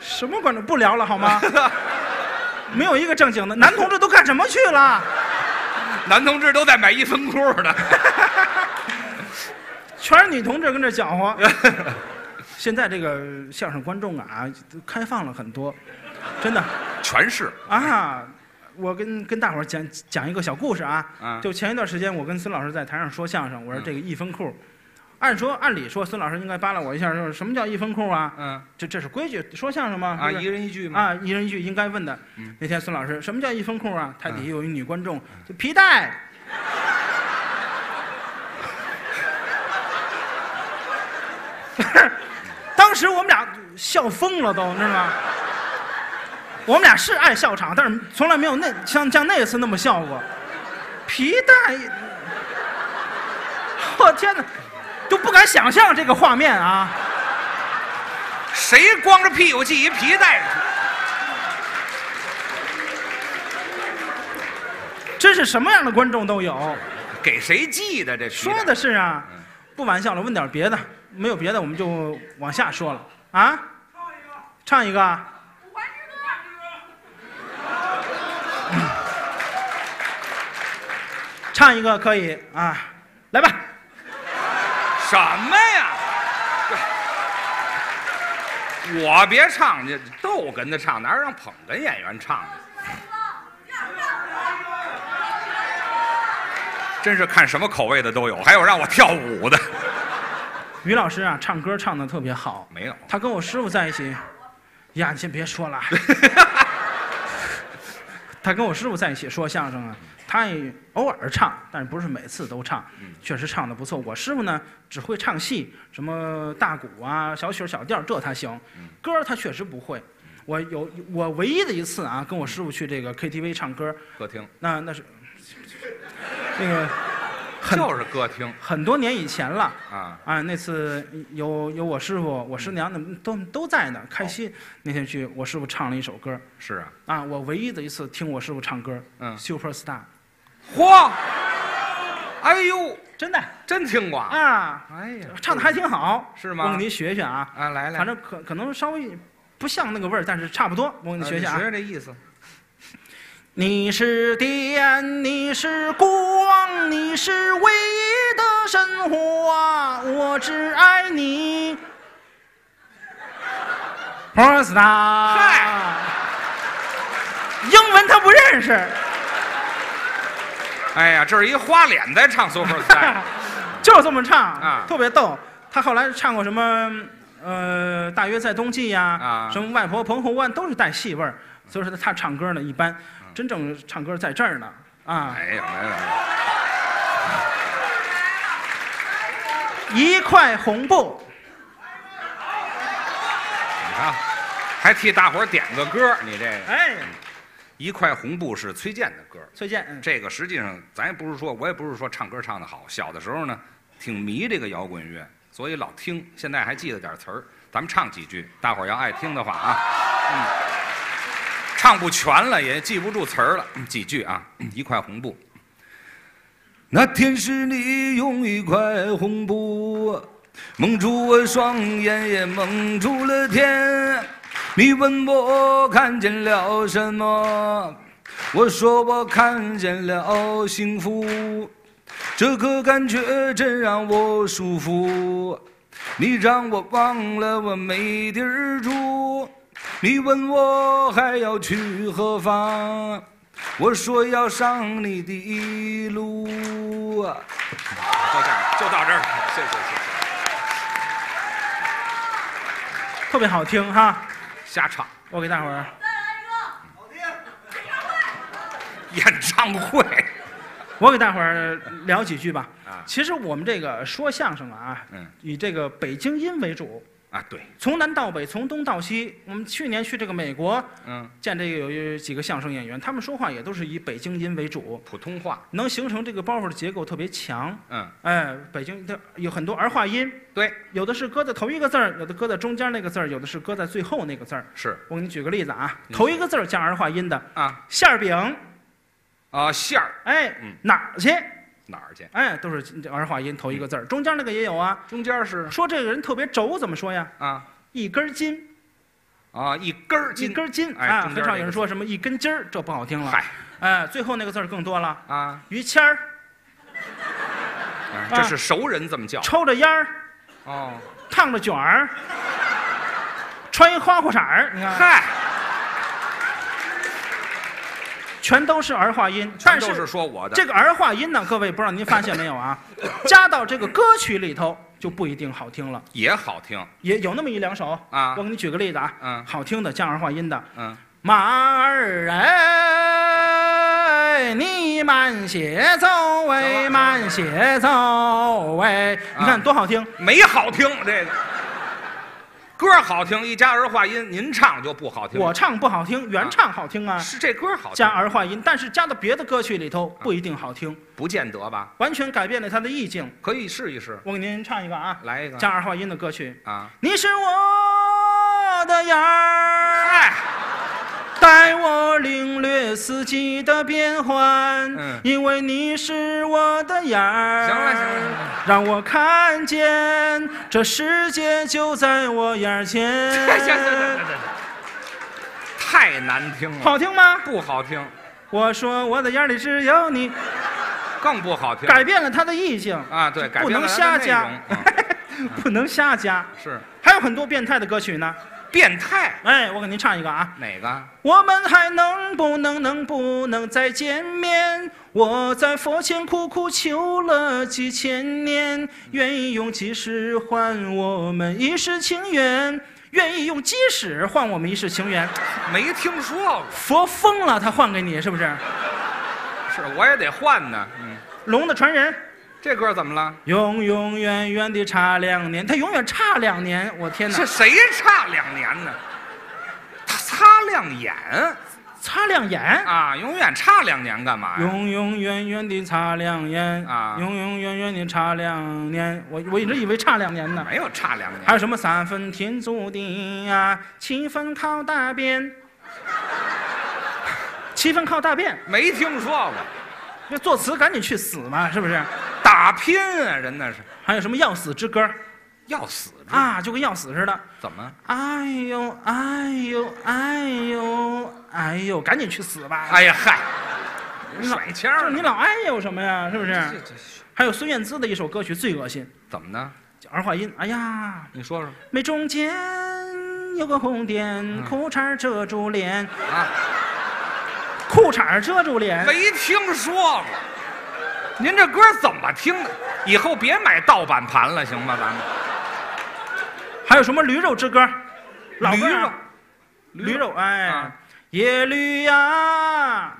什么观众不聊了好吗？没有一个正经的，男同志都干什么去了？ 男同志都在买一分裤呢。 全是女同志跟这搅和。现在这个相声观众啊，都开放了很多，真的全是啊！我跟跟大伙儿讲讲一个小故事啊，嗯就前一段时间我跟孙老师在台上说相声，我说这个一分裤，按说按理说孙老师应该扒拉我一下，说什么叫一分裤啊？嗯这这是规矩，说相声吗？啊，是不一是人一句嘛。啊，一人一句应该问的嗯。那天孙老师什么叫一分裤啊？台底下有一女观众，就皮带。当时我们俩笑疯了都，你知道吗？我们俩是爱笑场，但是从来没有那像像那次那么笑过。皮带，我天哪，都不敢想象这个画面啊！谁光着屁股系一皮带？真是什么样的观众都有。给谁系的这皮带？说的是啊，不玩笑了，问点别的，没有别的我们就往下说了啊。唱一个，啊，唱一个可以啊。来吧，什么呀？我别唱去，逗哏的唱，哪有让捧哏演员唱的？真是看什么口味的都有，还有让我跳舞的，于老师啊，唱歌唱的特别好。没有。他跟我师傅在一起，呀，你先别说了。他跟我师傅在一起说相声啊，他也偶尔唱，但是不是每次都唱，确实唱的不错。我师傅呢，只会唱戏，什么大鼓啊、小曲儿、小调儿，这他行，歌儿他确实不会。我有我唯一的一次啊，跟我师傅去这个 KTV 唱歌，歌厅那那是那个很就是歌厅很多年以前了。啊，啊，那次有有我师傅、我嗯师娘，那都都在呢。哦开心那天去，我师傅唱了一首歌是啊。啊，我唯一的一次听我师傅唱歌，嗯，Super Star，嚯！哎呦，真的真听过啊！啊，哎呀唱的还挺好，是吗我给您学学啊，啊，来来，反正可可能稍微不像那个味儿，但是差不多，我给你啊学学学啊。学这意思。你是电，你是光，你是唯一的神话，我只爱你。Porn star，嗨英文他不认识，哎呀，这是一花脸在唱 Super 哎 Star，就这么唱啊特别逗。他后来唱过什么，呃，大约在冬季呀，啊什么外婆澎湖湾都是带戏味儿，所以说他唱歌呢一般，真正唱歌在这儿呢啊。哎呀，来来，一块红布，你看，啊还替大伙儿点个歌儿，你这个哎，一块红布是崔健的歌儿。崔健，嗯这个实际上，咱也不是说，我也不是说唱歌唱得好。小的时候呢，挺迷这个摇滚乐，所以老听。现在还记得点词儿，咱们唱几句，大伙儿要爱听的话啊。嗯，唱不全了也记不住词儿了，几句啊，一块红布。那天是你用一块红布蒙住我双眼，也蒙住了天。你问我看见了什么？我说我看见了幸福，这个感觉真让我舒服。你让我忘了我没地儿住，你问我还要去何方？我说要上你的路。就这样，就到这儿，谢谢谢谢。特别好听哈。瞎唱，我给大伙儿，演唱会，我给大伙儿聊几句吧。啊其实我们这个说相声啊，嗯以这个北京音为主，啊对，从南到北，从东到西。我们去年去这个美国嗯，见这个有有几个相声演员，他们说话也都是以北京音为主，普通话，能形成这个包袱的结构特别强。嗯哎，北京它有很多儿化音，对，有的是搁在头一个字儿，有的搁在中间那个字儿，有的是搁在最后那个字儿。是我给你举个例子啊，嗯头一个字儿加儿化音的啊馅儿饼，啊馅儿哎，嗯哪儿去？哪儿去？哎，都是这儿化音头一个字儿，中间那个也有啊。中间是说这个人特别轴，怎么说呀？啊一根筋，啊一根儿一筋，根筋哎啊！中间很少那有个人说什么一根筋儿，这不好听了。嗨哎，最后那个字儿更多了，啊，于谦儿啊这是熟人这么叫抽着烟儿，哦，烫着卷 儿，穿一花裤衩儿，你看，嗨，全都是儿化音。全但都是说我的，这个儿化音呢，各位不知道您发现没有 啊？加到这个歌曲里头就不一定好听了，也好听也有那么一两首。啊我，给你举个例子啊，嗯好听的加儿化音的，嗯，马儿哎，你慢些走走哎，啊慢些走哎，你看多好听！没好听这个。歌好听，一加儿化音，您唱就不好听。我唱不好听，原唱好听啊，是这歌好听加，儿化音，但是加到别的歌曲里头不一定好听，不见得吧？完全改变了它的意境。可以试一试，我给您唱一个啊，来一个加儿化音的歌曲。啊！ 你是我的眼儿，带我领略四季的变换。嗯因为你是我的眼儿，行了行了行了让我看见这世界就在我眼前。 行行行行行，太难听了，好听吗？不好听。我说我的眼里只有你，更不好听改变了他的意境， 啊！对，改不变能了它的瞎内加容啊不能瞎加。是还有很多变态的歌曲呢。变态哎，我给您唱一个啊。哪个？我们还能不能能不能再见面？我在佛前苦苦求了几千年，愿意用几世换我们一世情缘，愿意用几世换我们一世情缘。没听说过，佛疯了，他换给你是不是？是我也得换呢。嗯，龙的传人，这歌怎么了？永永远远的差两年，他永远差两年，我天哪是，谁差两年呢？他擦亮眼擦亮眼。啊，永远差两年干嘛呀？永永远远的擦亮眼啊永永远远的擦亮眼。我我一直以为差两年呢。没有差两还年，有什么三分天注定呀，七分靠大便， 七分靠大便，没听说过，那作词赶紧去死嘛，是不是？打拼啊，人那是还有什么要死之歌要死的啊，就跟要死似的，怎么？哎呦哎呦哎呦哎呦，赶紧去死吧！哎呀嗨，你老甩签就儿是你呢，老哎呦什么呀，是不这是？这还有孙燕姿的一首歌曲最恶心，怎么呢？叫儿化音，哎呀，你说说眉中间有个红嗯点，裤衩儿遮住脸，啊，裤衩儿遮住脸。没听说过。您这歌怎么听的？以后别买盗版盘了，行吗？咱们还有什么驴肉之歌？老歌啊驴肉驴肉，哎啊，野驴呀，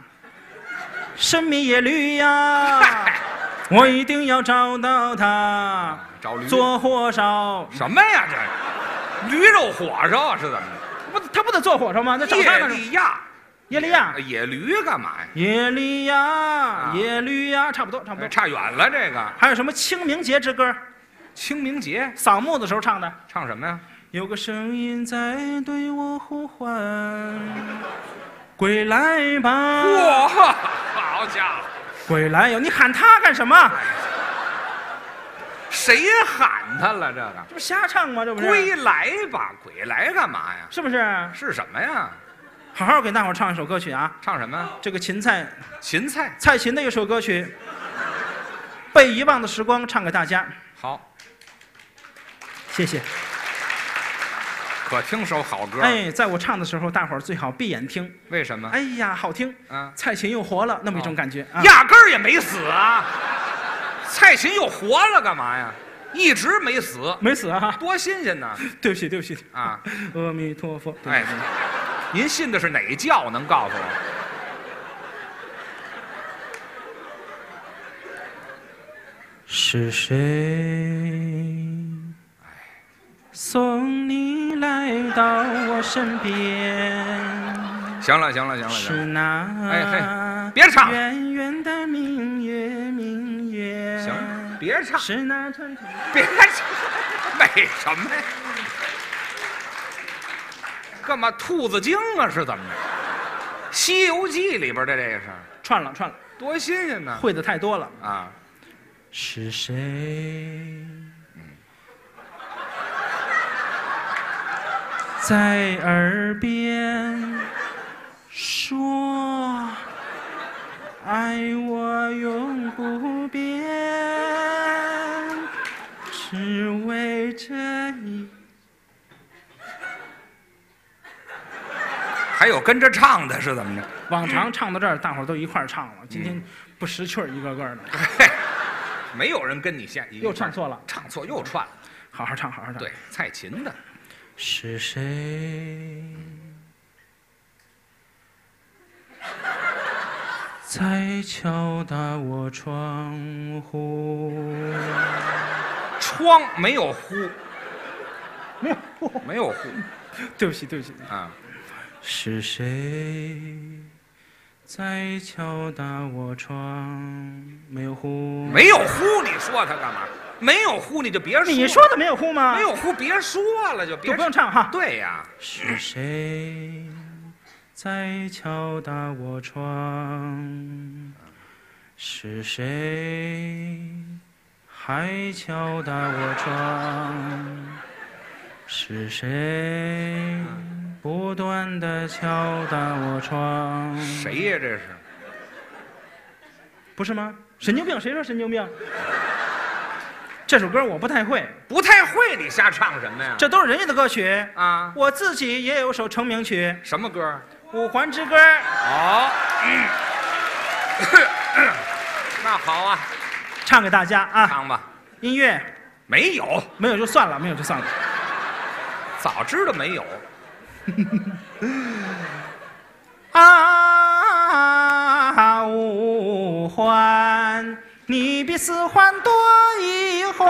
神秘野驴呀， 我一定要找到它，找驴做火烧。什么呀？这驴肉火烧是怎么不，的？他不得做火烧吗？那找他耶干什么？利亚，耶利亚，野驴干嘛呀？耶利亚，耶律呀，差不啊多，差不哎多。差远了，这个还有什么清明节之歌？清明节扫墓的时候唱的。唱什么呀？有个声音在对我呼唤：“归来吧！”哇，好家伙，鬼来哟！你喊他干什么？谁喊他了？这个这不瞎唱吗？这不是归来吧，鬼来干嘛呀？是不是？是什么呀？好好给大伙儿唱一首歌曲啊！唱什么呀？这个芹菜芹菜。蔡琴的一首歌曲《被遗忘的时光》，唱给大家，好，谢谢。可听首好歌。哎，在我唱的时候，大伙儿最好闭眼听。为什么？哎呀，好听！啊，蔡琴又活了，那么一种感觉啊！压根儿也没死啊！蔡琴又活了干嘛呀？一直没死，没死啊！ 多新鲜呐！对不起，对不起，啊，阿弥陀佛。对哎， 您信的是哪教？能告诉我？是谁送你来到我身边？行了，行了，行了，行是了，那哎嘿别唱了圆圆的明月，明月。行，别唱，是那串串。别唱， 为什么呀？干嘛兔子精啊？是怎么着？《西游记》里边的这个是串了串了，多新鲜呢！会的太多了。啊，是谁？在耳边说，爱我永不变，只为这一。还有跟着唱的是怎么着？往常唱到这儿，大伙儿都一块儿唱了。今天不识趣儿，一个个的，嘿，没有人跟你现又唱错了，唱错又串了。好好唱，好好唱。对，，蔡琴的是谁在敲打我窗户？ 窗没有呼，没有呼对不起，对不起。啊！是谁在敲打我窗？没有呼，没有呼，你说他干嘛？没有呼你就别说，你说的没有呼吗？没，有呼别说了，就别就不用唱哈。对呀，是谁在敲打我窗？是谁还敲打我窗？是谁不断的敲打我窗？？谁呀？这是不是吗？神经病，谁说神经病？这首歌我不太会，不太会，你瞎唱什么呀？这都是人家的歌曲。啊，我自己也有首成名曲什么歌？ 《五环之歌》，哦，嗯 那好啊，唱给大家啊。唱吧。音乐没有，没有就算了，没有就算了。早知道没有。啊，五环，你比四环多一环。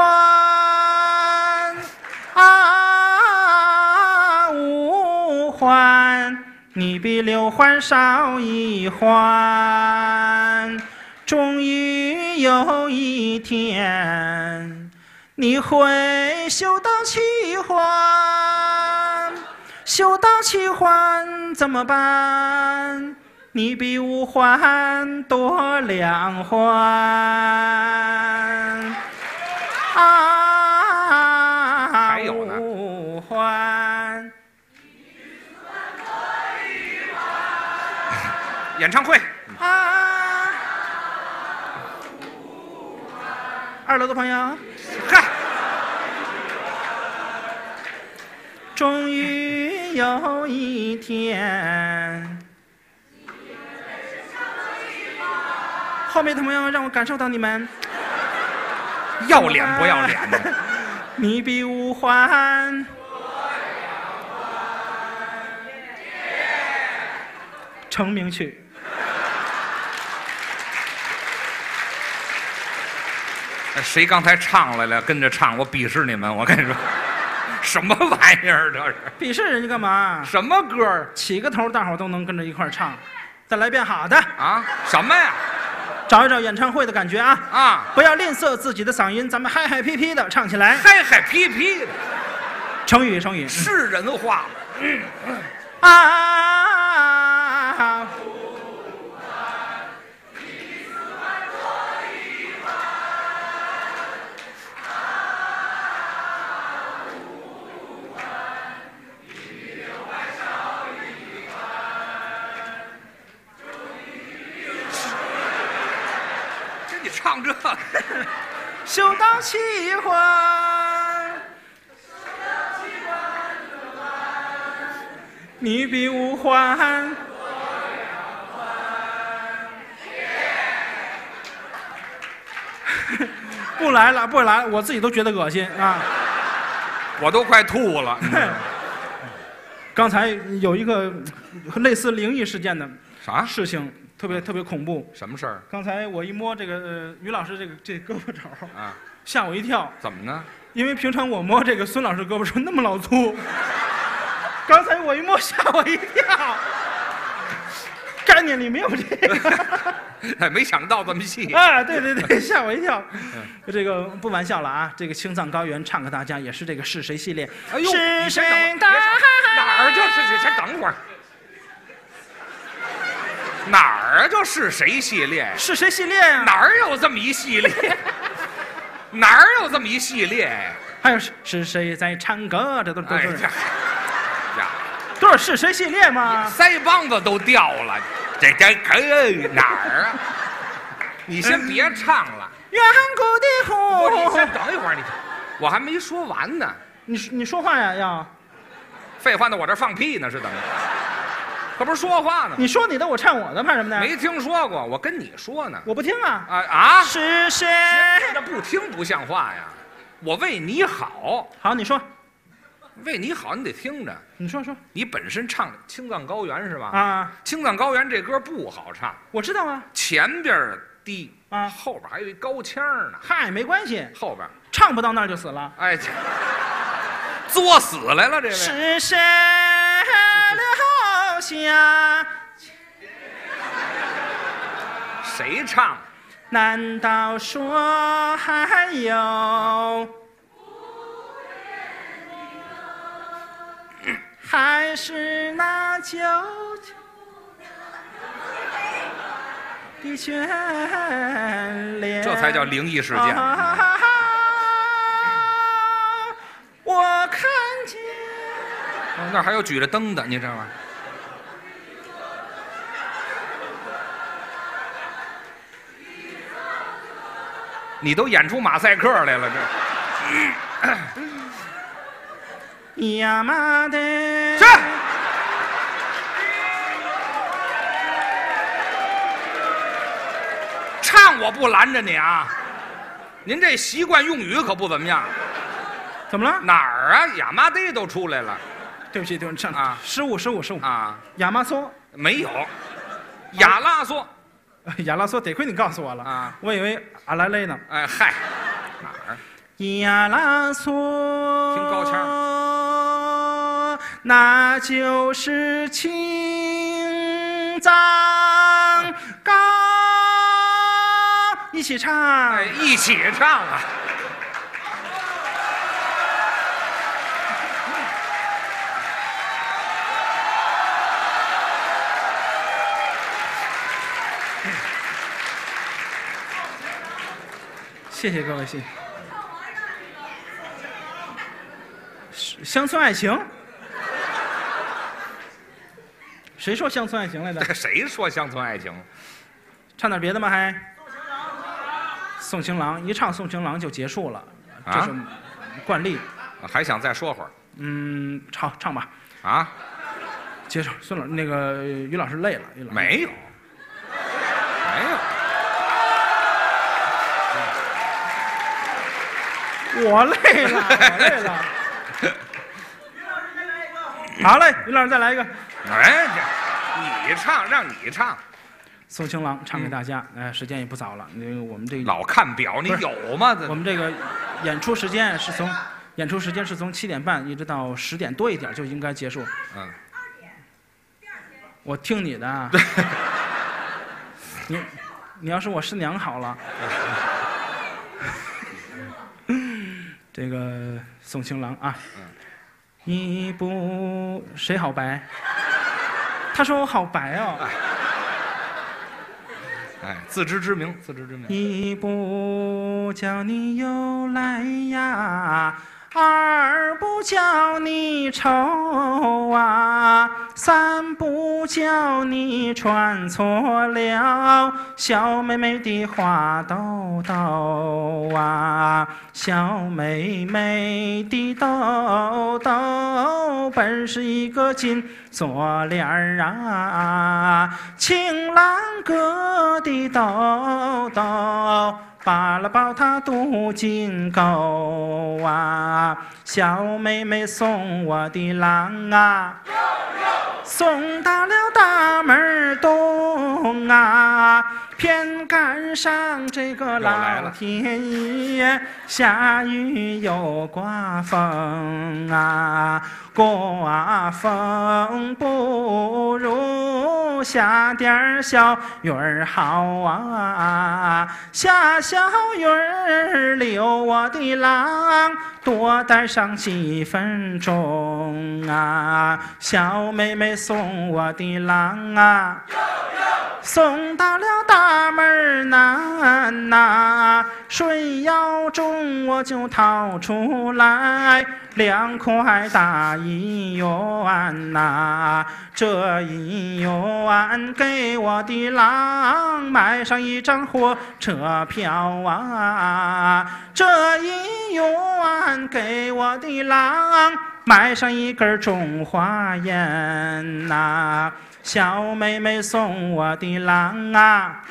啊，五环，你比六环少一环。终于有一天，你会修到七环。修到七环怎么办？你比五环多两环。啊，还有呢五环。演唱会，啊！二楼的朋友，嗨，终于有一天，后面的朋友让我感受到你们，要脸不要脸的？你比五环。成名曲，谁刚才唱来了，跟着唱，我鄙视你们！我跟你说，什么玩意儿这是？鄙视人家干嘛？什么歌儿起个头，大伙儿都能跟着一块儿唱。再来遍好的，啊？什么呀？找一找演唱会的感觉啊！啊，不要吝啬自己的嗓音，咱们嗨嗨皮皮的唱起来。嗨嗨皮皮的，成语，成语。是人话吗？啊！这你唱这个，修到七环，你比五环。不来了，不来了，我自己都觉得恶心啊！我都快吐 了。刚才有一个嗯类似灵异事件的啥？事情，特别特别恐怖。什么事儿刚才我一摸这个、呃、于老师这个这胳膊肘儿，啊？吓我一跳，怎么呢？因为平常我摸这个孙老师胳膊肘那么老 粗，刚才我一摸吓我一跳，概念里没有这 个。哎， 没想到这么细。啊，对对对，吓我一跳。嗯这个不玩笑了啊，这个青藏高原唱给大家也是这个是谁系列。哎呦，是你先谁的等会儿别吵哪儿就是谁？先等会儿，哪儿啊就是谁系列呀？是谁系列呀、哪儿有这么一系 列？哪儿有这么一系列呀？还有是哎是谁在唱歌？这都都哎是呀，呀，都是是谁系列吗？腮帮子都掉了，这这这哪儿啊？嗯你先别唱了，远古不的是你湖先。等一会儿，你我还没说完呢。你说你说话呀，要废话呢，我这放屁呢是怎么？这不是说话呢吗？你说你的，我唱我的，怕什么呢？没听说过，我跟你说呢。我不听啊。啊啊！是谁？那不听不像话呀！我为你好，好，你说，为你好，你得听着。你说说你本身唱《青藏高原》是吧？，啊， 《青藏高原》这歌不好唱，我知道啊。前边儿低啊后边儿还有一高腔儿呢，嗨，没关系，后边儿唱不到那儿就死了。哎，这作死来了这位，是谁留下？谁唱？难道说还有？还是那久久的眷恋？这才叫灵异事件。啊我看见，哦那儿还有举着灯的，你知道吗？你都演出马赛克来了，这。呀妈的！是。唱我不拦着你啊，您这习惯用语可不怎么样。怎么了？哪儿啊？亚麻地都出来了对不起，对不起，上啊失误，失误，失误。啊？亚麻索，没有，亚拉索。呃亚拉索，得亏你告诉我了啊！我以为阿莱勒呢。哎嗨，哪儿？亚拉索，听高腔腔，那就是青藏高，一起唱。哎，一起唱啊！谢谢各位，谢谢。是乡村爱情？谁说乡村爱情来的这？谁说乡村爱情？唱点别的吗？还？送情郎，一唱送情郎就结束了，啊这是惯例。还想再说会儿嗯，唱唱吧，啊？结束。孙老那个于老师累了，于老师没有，没有。我累了，我累 了。好嘞，于老师再来一个。哎，这你唱，让你唱，送情郎唱给大家，哎，时间也不早了，那个我们这个老看表，你不是有吗？我 这们这个演出时间是从演出时间是从七点半一直到十点多一点就应该结束。嗯，我听你的啊，你你要是我师娘好了。这个送情郎啊，你不谁好白？他说我好白哦。哎，自知之明，自知 之明。 一不叫你又来呀，二不叫你愁啊，三不叫你穿错了小妹妹的花兜兜啊，小妹妹的兜兜本是一个金锁链儿啊，情郎哥的兜兜，扒拉抱他镀金钩啊，小妹妹送我的郎啊。送到了大门儿东啊，偏赶上这个又来老了天爷下雨又刮风啊，刮风不如下点儿小雨儿好啊，下小雨儿留我的郎多待上几分钟啊，小妹妹送我的郎啊。送到了大门儿南呐、水要重我就掏出来两块大一元呐、这一元给我的郎买上一张火车票啊，这一元给我的郎买上一根中华烟呐、小妹妹送我的郎啊，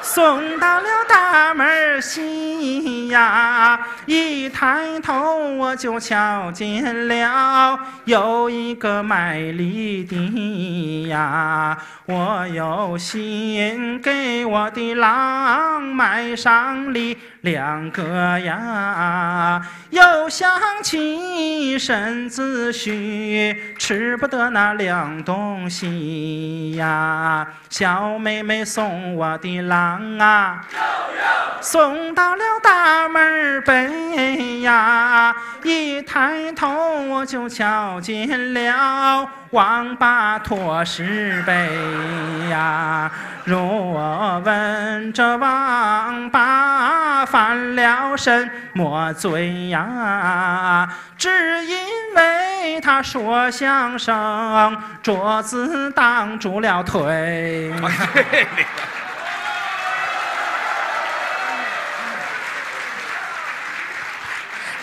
送到了大门儿西呀，一抬头我就瞧见了有一个卖梨的呀，我有心给我的郎买上梨两个呀，又想起身子虚，吃不得那凉东西呀。小妹妹送我的郎啊，送到了大门儿北呀，一抬头我就瞧见了王八驮石碑呀。若问这王八犯了什么罪呀？只因为他说相声，桌子挡住了哎腿。哎，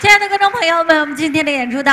亲爱的观众朋友们，我们今天的演出到。